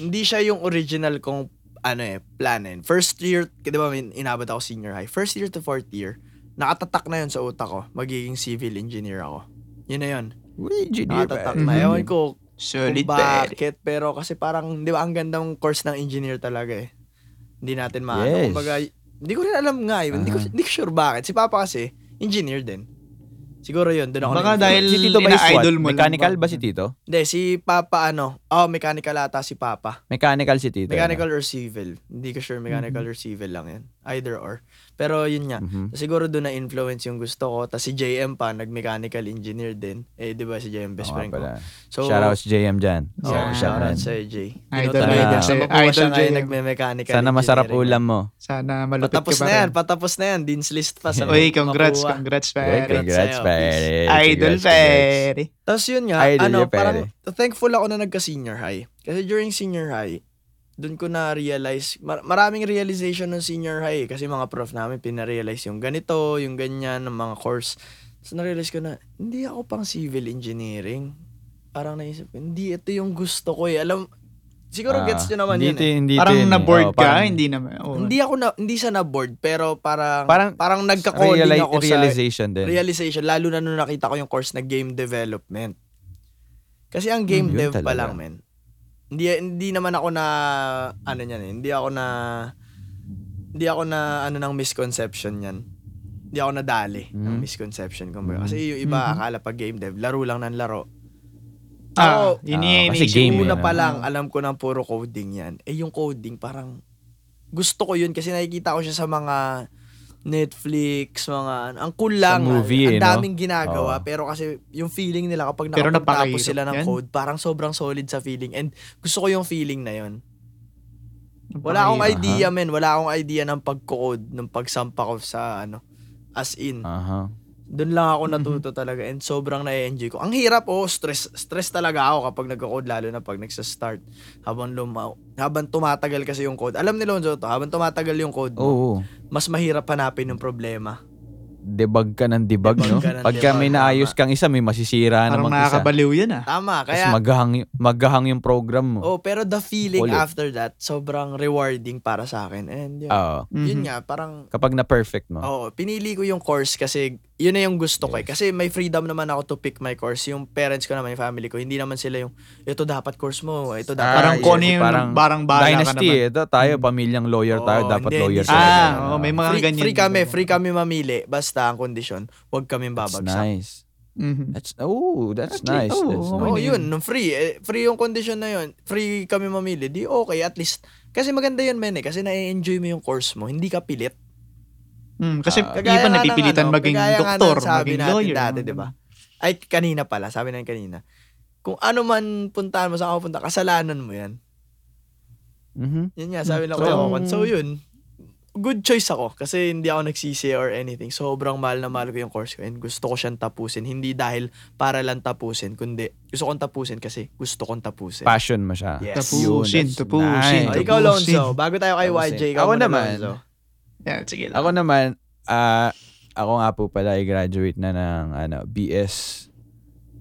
[SPEAKER 1] Hindi siya yung original kong ano eh, planin. First year, di ba min- inabot ako senior high. First year to fourth year, nakatatak na yun sa utak ko. Magiging civil engineer ako. Yun na yun.
[SPEAKER 2] Engineer,
[SPEAKER 1] Nakatatak
[SPEAKER 3] pare.
[SPEAKER 1] na.
[SPEAKER 2] Mm-hmm.
[SPEAKER 3] Mhm.
[SPEAKER 1] Ewan ko
[SPEAKER 3] Solid eh.
[SPEAKER 1] kung bakit, pero kasi parang, di ba, ang ganda ng course ng engineer talaga eh. Hindi natin maano.
[SPEAKER 2] Yes. Ah.
[SPEAKER 1] Kumbaga, hindi ko rin alam nga eh. Hindi, ko,
[SPEAKER 2] Aha.
[SPEAKER 1] hindi ko sure bakit. Si Papa kasi, engineer din. Siguro yun, doon ako
[SPEAKER 3] Baka
[SPEAKER 1] na-influence.
[SPEAKER 3] Ah, dahil
[SPEAKER 2] Si Tito ba is what?
[SPEAKER 3] ina-idol mo lang
[SPEAKER 2] Mechanical
[SPEAKER 3] ba?
[SPEAKER 2] ba si Tito?
[SPEAKER 1] Hindi, si Papa ano, oh, mechanical ata si Papa.
[SPEAKER 2] Mechanical si Tito. Mm-hmm.
[SPEAKER 1] Mechanical or civil. Hindi ko sure mechanical or civil lang yan. Either or. Pero yun nga,
[SPEAKER 2] Mhm.
[SPEAKER 1] siguro doon na influence yung gusto ko. Tapos si JM pa, nag-mechanical engineer din. Eh, di ba si JM best
[SPEAKER 2] Oo nga
[SPEAKER 1] friend ko.
[SPEAKER 2] pala.
[SPEAKER 1] So, Oh,
[SPEAKER 2] Shoutouts JM dyan.
[SPEAKER 1] Oo,
[SPEAKER 2] Shout-
[SPEAKER 3] Yeah.
[SPEAKER 1] shoutout
[SPEAKER 2] shoutout.
[SPEAKER 1] sa'yo, Jay.
[SPEAKER 3] Idol,
[SPEAKER 1] Tinutulungan
[SPEAKER 2] idol.
[SPEAKER 1] niya. Sa makuha
[SPEAKER 3] Idol,
[SPEAKER 1] siya ngayon,
[SPEAKER 3] JM.
[SPEAKER 1] nagme-mechanical
[SPEAKER 2] Sana masarap
[SPEAKER 1] engineering.
[SPEAKER 2] ulam mo.
[SPEAKER 3] Sana malupit
[SPEAKER 1] Patapos
[SPEAKER 3] ka pa
[SPEAKER 1] na yan,
[SPEAKER 3] rin.
[SPEAKER 1] patapos na yan. Dean's list pa sa
[SPEAKER 3] Uy, congrats,
[SPEAKER 1] makuha.
[SPEAKER 3] congrats,
[SPEAKER 2] Uy,
[SPEAKER 3] pare.
[SPEAKER 2] Congrats,
[SPEAKER 1] sa'yo.
[SPEAKER 2] pare.
[SPEAKER 3] Idol,
[SPEAKER 2] Congrats, congrats.
[SPEAKER 3] pare.
[SPEAKER 1] Tapos yun nga,
[SPEAKER 2] Idol
[SPEAKER 1] ano,
[SPEAKER 2] niya, pare.
[SPEAKER 1] parang thankful ako na nagka-senior high. Kasi during senior high, doon ko na-realize, mar- maraming realization ng senior high. eh. Kasi mga prof namin, pinarealize yung ganito, yung ganyan, ng mga course. Tapos na-realize ko na, hindi ako pang civil engineering. Parang naisip ko, hindi ito yung gusto ko eh. Alam, siguro
[SPEAKER 2] Ah,
[SPEAKER 1] gets nyo naman
[SPEAKER 2] hindi
[SPEAKER 1] yun
[SPEAKER 2] ito-
[SPEAKER 1] eh.
[SPEAKER 2] Hindi
[SPEAKER 3] Parang
[SPEAKER 2] ito yun eh.
[SPEAKER 3] na-board
[SPEAKER 2] Oo, parang-
[SPEAKER 3] ka, hindi naman. oo.
[SPEAKER 1] Hindi ako na, hindi siya na-board, pero parang,
[SPEAKER 2] Parang
[SPEAKER 1] parang, parang nagka-coding
[SPEAKER 2] reali-
[SPEAKER 1] ako sa
[SPEAKER 2] realization din.
[SPEAKER 1] realization, lalo na nung nakita ko yung course na game development. Kasi ang game
[SPEAKER 2] Mm, yun
[SPEAKER 1] dev pa
[SPEAKER 2] talaga.
[SPEAKER 1] lang, men. Hindi, hindi naman ako na, ano niyan eh, hindi ako na, hindi ako na, ano ng misconception yan. Hindi ako nadali ng
[SPEAKER 2] Mm.
[SPEAKER 1] misconception.
[SPEAKER 2] Mm.
[SPEAKER 1] Kumbaga. Kasi yung iba,
[SPEAKER 3] Mhm.
[SPEAKER 1] akala pag game dev, laro lang ng laro.
[SPEAKER 3] Ah,
[SPEAKER 1] Ako,
[SPEAKER 3] yun
[SPEAKER 2] Ah,
[SPEAKER 3] yun.
[SPEAKER 2] kasi
[SPEAKER 3] yun.
[SPEAKER 2] game eh,
[SPEAKER 1] una
[SPEAKER 2] no?
[SPEAKER 1] pa lang, alam ko ng puro coding yan. Eh, yung coding, parang gusto ko yun kasi nakikita ko siya sa mga Netflix, mga ano. Ang cool lang.
[SPEAKER 2] movie, eh,
[SPEAKER 1] ang
[SPEAKER 2] no?
[SPEAKER 1] daming ginagawa.
[SPEAKER 2] Oo.
[SPEAKER 1] Pero kasi yung feeling nila kapag
[SPEAKER 3] Pero
[SPEAKER 1] nakapagtapos
[SPEAKER 3] napakahirap
[SPEAKER 1] sila ng
[SPEAKER 3] yan.
[SPEAKER 1] code, parang sobrang solid sa feeling. And gusto ko yung feeling na yun. Wala akong
[SPEAKER 2] Napakahirap.
[SPEAKER 1] idea, men. Wala akong idea ng pag-code, ng pagsampa ko sa ano. As in,
[SPEAKER 2] Aha.
[SPEAKER 1] doon lang ako
[SPEAKER 2] Mm-hmm.
[SPEAKER 1] natuto talaga and sobrang na-enjoy ko. Ang hirap oh, stress stress talaga ako kapag nagko-code lalo na pag nagsa-start habang lumaw, habang tumatagal kasi yung code. Alam ni Lonzo to, habang tumatagal yung code, mo,
[SPEAKER 2] Oo.
[SPEAKER 1] mas mahirap hanapin yung problema.
[SPEAKER 2] Debug ka ng debug,
[SPEAKER 1] Debug
[SPEAKER 2] no?
[SPEAKER 1] ka ng
[SPEAKER 2] Pagka may
[SPEAKER 1] debug, tama.
[SPEAKER 2] naayos kang isa, may masisira
[SPEAKER 3] Parang
[SPEAKER 2] namang isa.
[SPEAKER 3] nakakabaliw yan ah.
[SPEAKER 1] Tama,
[SPEAKER 2] Tapos
[SPEAKER 1] kaya
[SPEAKER 2] maghahang, y- maghahang yung program mo.
[SPEAKER 1] oh, pero the feeling
[SPEAKER 2] Ulit.
[SPEAKER 1] after that sobrang rewarding para sa akin. And yun,
[SPEAKER 2] Oo.
[SPEAKER 1] yun
[SPEAKER 3] Mhm.
[SPEAKER 1] nga, parang
[SPEAKER 2] kapag na-perfect mo.
[SPEAKER 1] Oo, pinili ko yung course kasi yun na yung gusto ko eh. Kasi may freedom naman ako to pick my course. Yung parents ko naman, yung family ko, hindi naman sila yung, ito dapat course mo, ito dapat.
[SPEAKER 3] Parang
[SPEAKER 2] Ah,
[SPEAKER 3] kung ano
[SPEAKER 2] yes,
[SPEAKER 3] yung
[SPEAKER 2] parang
[SPEAKER 3] parang bahala
[SPEAKER 2] Dynasty,
[SPEAKER 3] ka naman.
[SPEAKER 2] eh. Ito, tayo, pamilyang lawyer tayo.
[SPEAKER 1] Oo,
[SPEAKER 2] dapat
[SPEAKER 1] hindi,
[SPEAKER 2] lawyer
[SPEAKER 1] hindi
[SPEAKER 2] tayo.
[SPEAKER 1] siya.
[SPEAKER 3] Ah, oo, may mga
[SPEAKER 1] free,
[SPEAKER 3] ganyan.
[SPEAKER 1] free kami,
[SPEAKER 3] din.
[SPEAKER 1] free kami mamili. Basta ang kondisyon, huwag kami
[SPEAKER 2] That's
[SPEAKER 1] babagsak.
[SPEAKER 2] nice.
[SPEAKER 3] Mhm.
[SPEAKER 2] That's, oh, that's
[SPEAKER 3] Actually,
[SPEAKER 2] nice.
[SPEAKER 3] oo,
[SPEAKER 2] that's
[SPEAKER 3] okay
[SPEAKER 1] Oo,
[SPEAKER 2] nice.
[SPEAKER 3] na
[SPEAKER 1] yun, nung free. Eh, free yung kondisyon na yun. Free kami mamili. Di okay, at least. Kasi maganda yun, men eh. Kasi na-enjoy mo yung course mo. Hindi ka pilit.
[SPEAKER 3] Mm, kasi
[SPEAKER 2] Ah.
[SPEAKER 3] iba
[SPEAKER 1] Kagaya nga ng
[SPEAKER 3] napipilitan
[SPEAKER 1] ano,
[SPEAKER 3] maging
[SPEAKER 1] kagaya nga ng
[SPEAKER 3] doktor,
[SPEAKER 1] sabi
[SPEAKER 3] maging
[SPEAKER 1] natin
[SPEAKER 3] lawyer.
[SPEAKER 1] Dati, di ba? Ay, kanina pala. Sabi natin kanina. Kung ano man puntahan mo sa ako punta, kasalanan mo yan.
[SPEAKER 2] Mhm.
[SPEAKER 1] Yun nga, sabi lang ko
[SPEAKER 2] So, mm.
[SPEAKER 1] so, So, yun. Good choice ako kasi hindi ako nagsisi or anything. Sobrang mahal na mahal ko yung course ko and gusto ko siyang tapusin. Hindi dahil para lang tapusin, kundi gusto kong tapusin kasi gusto kong tapusin.
[SPEAKER 2] Passion mo siya.
[SPEAKER 1] Yes.
[SPEAKER 3] Tapusin,
[SPEAKER 2] Yun, that's
[SPEAKER 3] tapusin,
[SPEAKER 1] Oh,
[SPEAKER 2] nice.
[SPEAKER 1] ikaw,
[SPEAKER 3] tapusin.
[SPEAKER 1] Lonzo. Bago tayo kay
[SPEAKER 2] Tapusin.
[SPEAKER 1] YJ, ikaw
[SPEAKER 2] Ako
[SPEAKER 1] muna,
[SPEAKER 2] naman.
[SPEAKER 1] Lonzo.
[SPEAKER 3] Yeah, sige lang.
[SPEAKER 2] Ako naman, ah, ako nga po pala ay graduate na ng ano, BS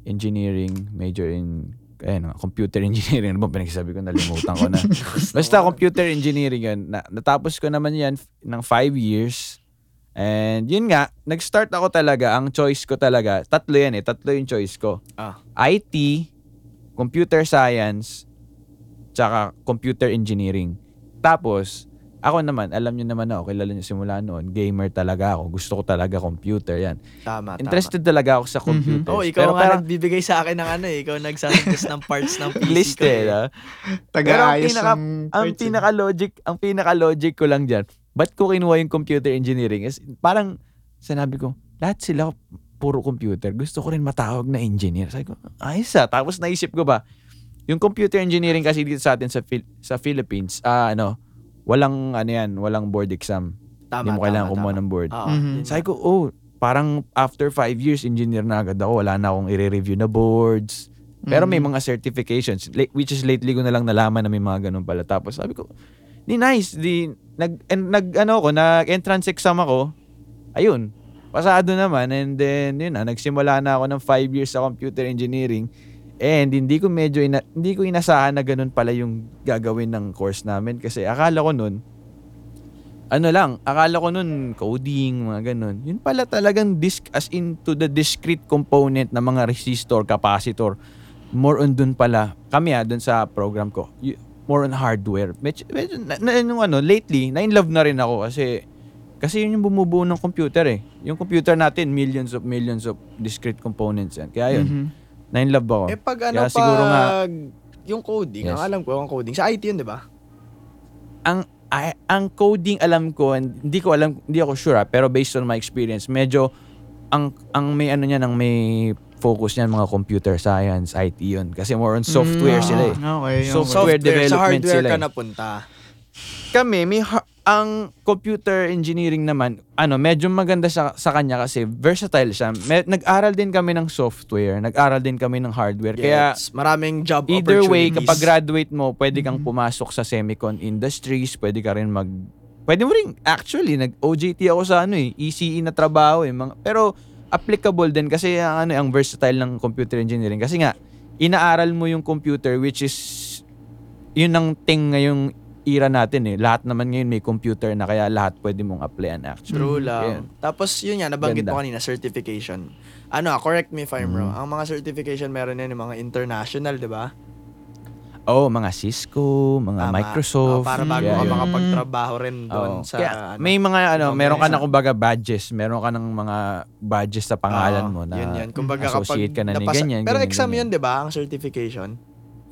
[SPEAKER 2] Engineering, major in ayun, nga, computer engineering. Ano ba pinagsasabi ko? Nalimutan ko na. Basta computer engineering yun. Na, natapos ko naman yan f- ng five years. And yun nga, nag-start ako talaga. Ang choice ko talaga, tatlo yan eh. Tatlo yung choice ko.
[SPEAKER 1] Ah.
[SPEAKER 2] IT, computer science, tsaka computer engineering. Tapos, ako naman, alam nyo naman ako, kilala nyo simula noon, gamer talaga ako. Gusto ko talaga computer yan.
[SPEAKER 1] Tama, Ah, tama.
[SPEAKER 2] Interested talaga ako sa computers.
[SPEAKER 1] Oh, ikaw
[SPEAKER 2] Pero
[SPEAKER 1] nga
[SPEAKER 2] parang
[SPEAKER 1] nagbibigay sa akin ng ano eh. Ikaw nagsasuggest ng parts ng PC
[SPEAKER 2] list
[SPEAKER 1] ko. eh.
[SPEAKER 2] eh. no? Pero ang
[SPEAKER 3] Taga-ayos
[SPEAKER 2] pinaka-
[SPEAKER 3] ng
[SPEAKER 2] ang
[SPEAKER 3] parts, eh.
[SPEAKER 2] pinaka logic, ang pinaka logic ko lang diyan. Ba't ko kinuha yung computer engineering? Is parang sinabi ko, lahat sila puro computer. Gusto ko rin matawag na engineer. Sabi ko, ayos ah. Tapos naisip ko ba, yung computer engineering kasi dito sa atin sa Phil- sa Philippines, ah ano, walang ano yan, walang board exam.
[SPEAKER 1] Tama,
[SPEAKER 2] Hindi mo kailangan kumuha ng board.
[SPEAKER 1] Oo,
[SPEAKER 3] Mhm.
[SPEAKER 1] yun.
[SPEAKER 2] Sabi ko, oh, parang after five years, engineer na agad ako. Wala na akong i-review na boards. Pero may mga certifications, la- which is lately ko na lang nalaman na may mga ganun pala. Tapos sabi ko, di nice, di, nag, en- nag, ano ko, nag-entrance exam ako. Ayun, pasado naman. And then, yun na, nagsimula na ako ng five years sa computer engineering. And hindi ko medyo, ina- hindi ko inasahan na ganun pala yung gagawin ng course namin. Kasi akala ko nun, ano lang, akala ko nun coding, mga ganun. Yun pala talagang disk as into the discrete component ng mga resistor, capacitor. More on dun pala. Kami ah, dun sa program ko. y- More on hardware. Medyo, medyo na, na- nung ano, lately, na-inlove na rin ako kasi kasi yun yung bumubuo ng computer eh. Yung computer natin, millions of millions of discrete components yan. Kaya yun,
[SPEAKER 1] Mm-hmm.
[SPEAKER 3] Mhm.
[SPEAKER 2] na-inlove ako.
[SPEAKER 1] Eh pag ano
[SPEAKER 2] Kaya siguro nga-
[SPEAKER 1] pag yung coding,
[SPEAKER 2] Yes.
[SPEAKER 1] ang alam ko ang coding sa IT yun, 'di ba?
[SPEAKER 2] ang I, ang coding alam ko, and hindi ko alam, hindi ako sure ah, pero based on my experience, medyo ang ang may ano niyan, ang may focus niyan mga computer science, IT yun. Kasi more on software
[SPEAKER 3] Mm,
[SPEAKER 2] sila eh.
[SPEAKER 3] ah, Okay.
[SPEAKER 2] So,
[SPEAKER 3] okay.
[SPEAKER 2] software
[SPEAKER 1] sa
[SPEAKER 2] development
[SPEAKER 1] hardware
[SPEAKER 2] sila
[SPEAKER 1] ka
[SPEAKER 2] eh.
[SPEAKER 1] napunta.
[SPEAKER 2] kami may ha- ang computer engineering naman ano medyo maganda sa sa kanya kasi versatile siya. Med- nag-aral din kami ng software, nag-aral din kami ng hardware. Kaya
[SPEAKER 1] Yes, maraming job
[SPEAKER 2] either
[SPEAKER 1] opportunities.
[SPEAKER 2] way
[SPEAKER 1] Mm-hmm.
[SPEAKER 2] kapag graduate mo, pwede kang pumasok sa semicon industries, pwede ka rin mag Pwede mo rin actually nag OJT ako sa ano eh, ECE na trabaho eh. Mga, pero applicable din kasi ang ano ang versatile ng computer engineering kasi nga inaaral mo yung computer which is yun ang thing ngayong era natin eh. Lahat naman ngayon may computer na kaya lahat pwede mong applyan actually.
[SPEAKER 1] Mm-hmm. True lang.
[SPEAKER 2] Yeah.
[SPEAKER 1] Tapos yun yan, nabanggit
[SPEAKER 2] Ganda.
[SPEAKER 1] mo
[SPEAKER 2] Mm-hmm.
[SPEAKER 1] kanina, certification. Ano, ah, correct me if I'm wrong. Ang mga certification meron yan yung mga international, di ba?
[SPEAKER 2] Oh, mga Cisco, mga
[SPEAKER 1] Tama. Oh,
[SPEAKER 2] Microsoft.
[SPEAKER 1] para bago
[SPEAKER 2] yeah,
[SPEAKER 1] ka
[SPEAKER 2] yun.
[SPEAKER 1] makapagtrabaho rin doon
[SPEAKER 2] Oo.
[SPEAKER 1] sa...
[SPEAKER 2] Kaya,
[SPEAKER 1] ano,
[SPEAKER 2] may mga ano,
[SPEAKER 1] mga
[SPEAKER 2] meron ka na
[SPEAKER 1] ganyan.
[SPEAKER 2] kumbaga badges, meron ka ng mga badges sa
[SPEAKER 1] Oo,
[SPEAKER 2] pangalan mo na
[SPEAKER 1] yun, yun. Kumbaga, kapag
[SPEAKER 2] associate ka na ni
[SPEAKER 1] napasa-
[SPEAKER 2] ganyan,
[SPEAKER 1] Pero
[SPEAKER 2] ganyan,
[SPEAKER 1] exam
[SPEAKER 2] ganyan.
[SPEAKER 1] yun, di ba? Ang certification.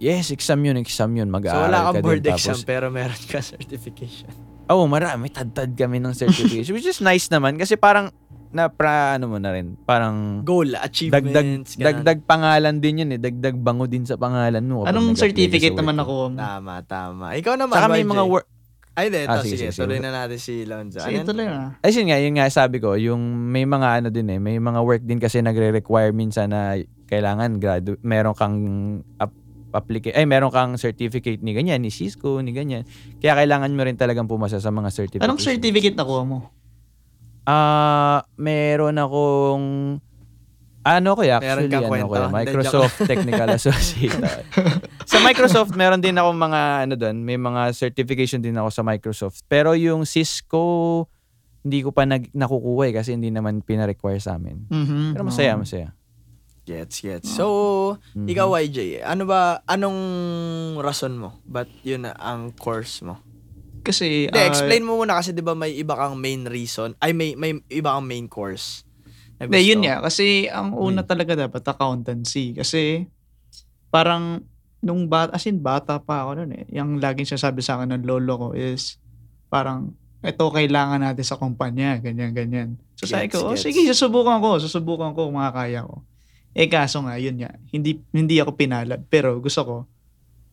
[SPEAKER 2] Yes, exam yun, exam yun.
[SPEAKER 1] So,
[SPEAKER 2] Mag-aaral
[SPEAKER 1] wala
[SPEAKER 2] ka
[SPEAKER 1] kang
[SPEAKER 2] din.
[SPEAKER 1] board
[SPEAKER 2] tapos,
[SPEAKER 1] exam, pero meron ka certification.
[SPEAKER 2] Oo, oh, marami. Tad-tad kami ng certification. which is nice naman kasi parang na pra, ano mo na rin, parang
[SPEAKER 1] Goal,
[SPEAKER 2] dagdag,
[SPEAKER 1] achievements, ganun.
[SPEAKER 2] dagdag pangalan din yun eh. Dagdag bango din sa pangalan mo. kapag
[SPEAKER 3] Anong
[SPEAKER 2] nag-apply ka sa
[SPEAKER 3] certificate
[SPEAKER 2] work
[SPEAKER 3] naman
[SPEAKER 2] mo.
[SPEAKER 3] nakuha mo?
[SPEAKER 1] Tama, tama. Ikaw naman,
[SPEAKER 2] Saka may
[SPEAKER 1] YJ.
[SPEAKER 2] mga work.
[SPEAKER 1] Ay, di,
[SPEAKER 2] Ah,
[SPEAKER 1] to,
[SPEAKER 2] sige,
[SPEAKER 1] sige,
[SPEAKER 2] sige,
[SPEAKER 1] tuloy
[SPEAKER 2] sige.
[SPEAKER 1] na natin si Lonzo.
[SPEAKER 3] Sige,
[SPEAKER 1] Ano-
[SPEAKER 3] tuloy na.
[SPEAKER 2] Ay, yun nga, yun nga sabi ko, yung may mga ano din eh, may mga work din kasi nagre-require minsan na kailangan gradu meron kang ap- applica- ay meron kang certificate ni ganyan, ni Cisco, ni ganyan. Kaya kailangan mo rin talagang pumasa sa mga certification.
[SPEAKER 3] Anong certificate nakuha mo?
[SPEAKER 2] Ah, meron akong ano ko eh,
[SPEAKER 1] Meron
[SPEAKER 2] actually,
[SPEAKER 1] kang
[SPEAKER 2] ano ko eh,
[SPEAKER 1] kwento?
[SPEAKER 2] Microsoft Technical Associate. sa Microsoft, meron din ako mga ano doon, may mga certification din ako sa Microsoft. Pero yung Cisco, hindi ko pa nag, nakukuha eh, kasi hindi naman pina-require sa amin.
[SPEAKER 3] Mhm.
[SPEAKER 2] Pero masaya,
[SPEAKER 3] Oo.
[SPEAKER 2] masaya.
[SPEAKER 1] Gets, gets.
[SPEAKER 3] Mm.
[SPEAKER 1] So,
[SPEAKER 3] Mm-hmm.
[SPEAKER 2] Mhm.
[SPEAKER 1] Mm-hmm. ikaw YJ, ano ba, anong rason mo? Ba't yun na ang course mo?
[SPEAKER 3] Kasi,
[SPEAKER 1] Hindi,
[SPEAKER 3] ah,
[SPEAKER 1] explain mo muna kasi 'di ba may iba kang main reason. Ay may may iba kang main course. na gusto.
[SPEAKER 3] Hindi,
[SPEAKER 1] Hmm.
[SPEAKER 3] yun nga. Kasi ang una talaga dapat accountancy. Kasi parang nung bata, as in bata pa ako noon eh. Yung laging sinasabi sa akin ng lolo ko is parang ito kailangan natin sa kumpanya, ganyan, ganyan. So sabi
[SPEAKER 1] Gets,
[SPEAKER 3] ko, "Oh,
[SPEAKER 1] gets.
[SPEAKER 3] sige, susubukan ko, susubukan ko kung makakaya ko. Eh kaso nga, yun nga, hindi, hindi ako pinalad. Pero gusto ko,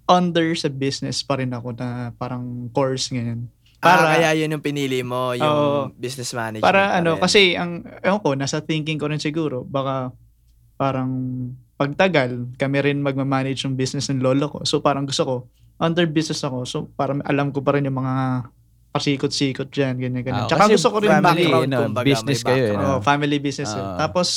[SPEAKER 3] under sa business pa rin ako na parang course ngayon.
[SPEAKER 1] Para
[SPEAKER 3] Para-
[SPEAKER 1] Ah, kaya yun yung pinili mo, yung
[SPEAKER 3] Oo.
[SPEAKER 1] business management.
[SPEAKER 3] Para
[SPEAKER 1] pa
[SPEAKER 3] ano,
[SPEAKER 1] rin.
[SPEAKER 3] kasi ang, ewan ko, nasa thinking ko rin siguro, baka parang pagtagal, kami rin magmamanage yung business ng lolo ko. So parang gusto ko, under business ako, so parang alam ko pa rin yung mga pasikot-sikot dyan, ganyan-ganyan.
[SPEAKER 2] Ah,
[SPEAKER 3] Tsaka
[SPEAKER 2] kasi
[SPEAKER 3] gusto ko rin
[SPEAKER 2] family,
[SPEAKER 3] background.
[SPEAKER 1] background,
[SPEAKER 2] ano,
[SPEAKER 1] kumbaga, may
[SPEAKER 2] business kayo. eh,
[SPEAKER 1] background.
[SPEAKER 2] no?
[SPEAKER 3] Oh, family business. eh.
[SPEAKER 2] Ah.
[SPEAKER 3] Tapos,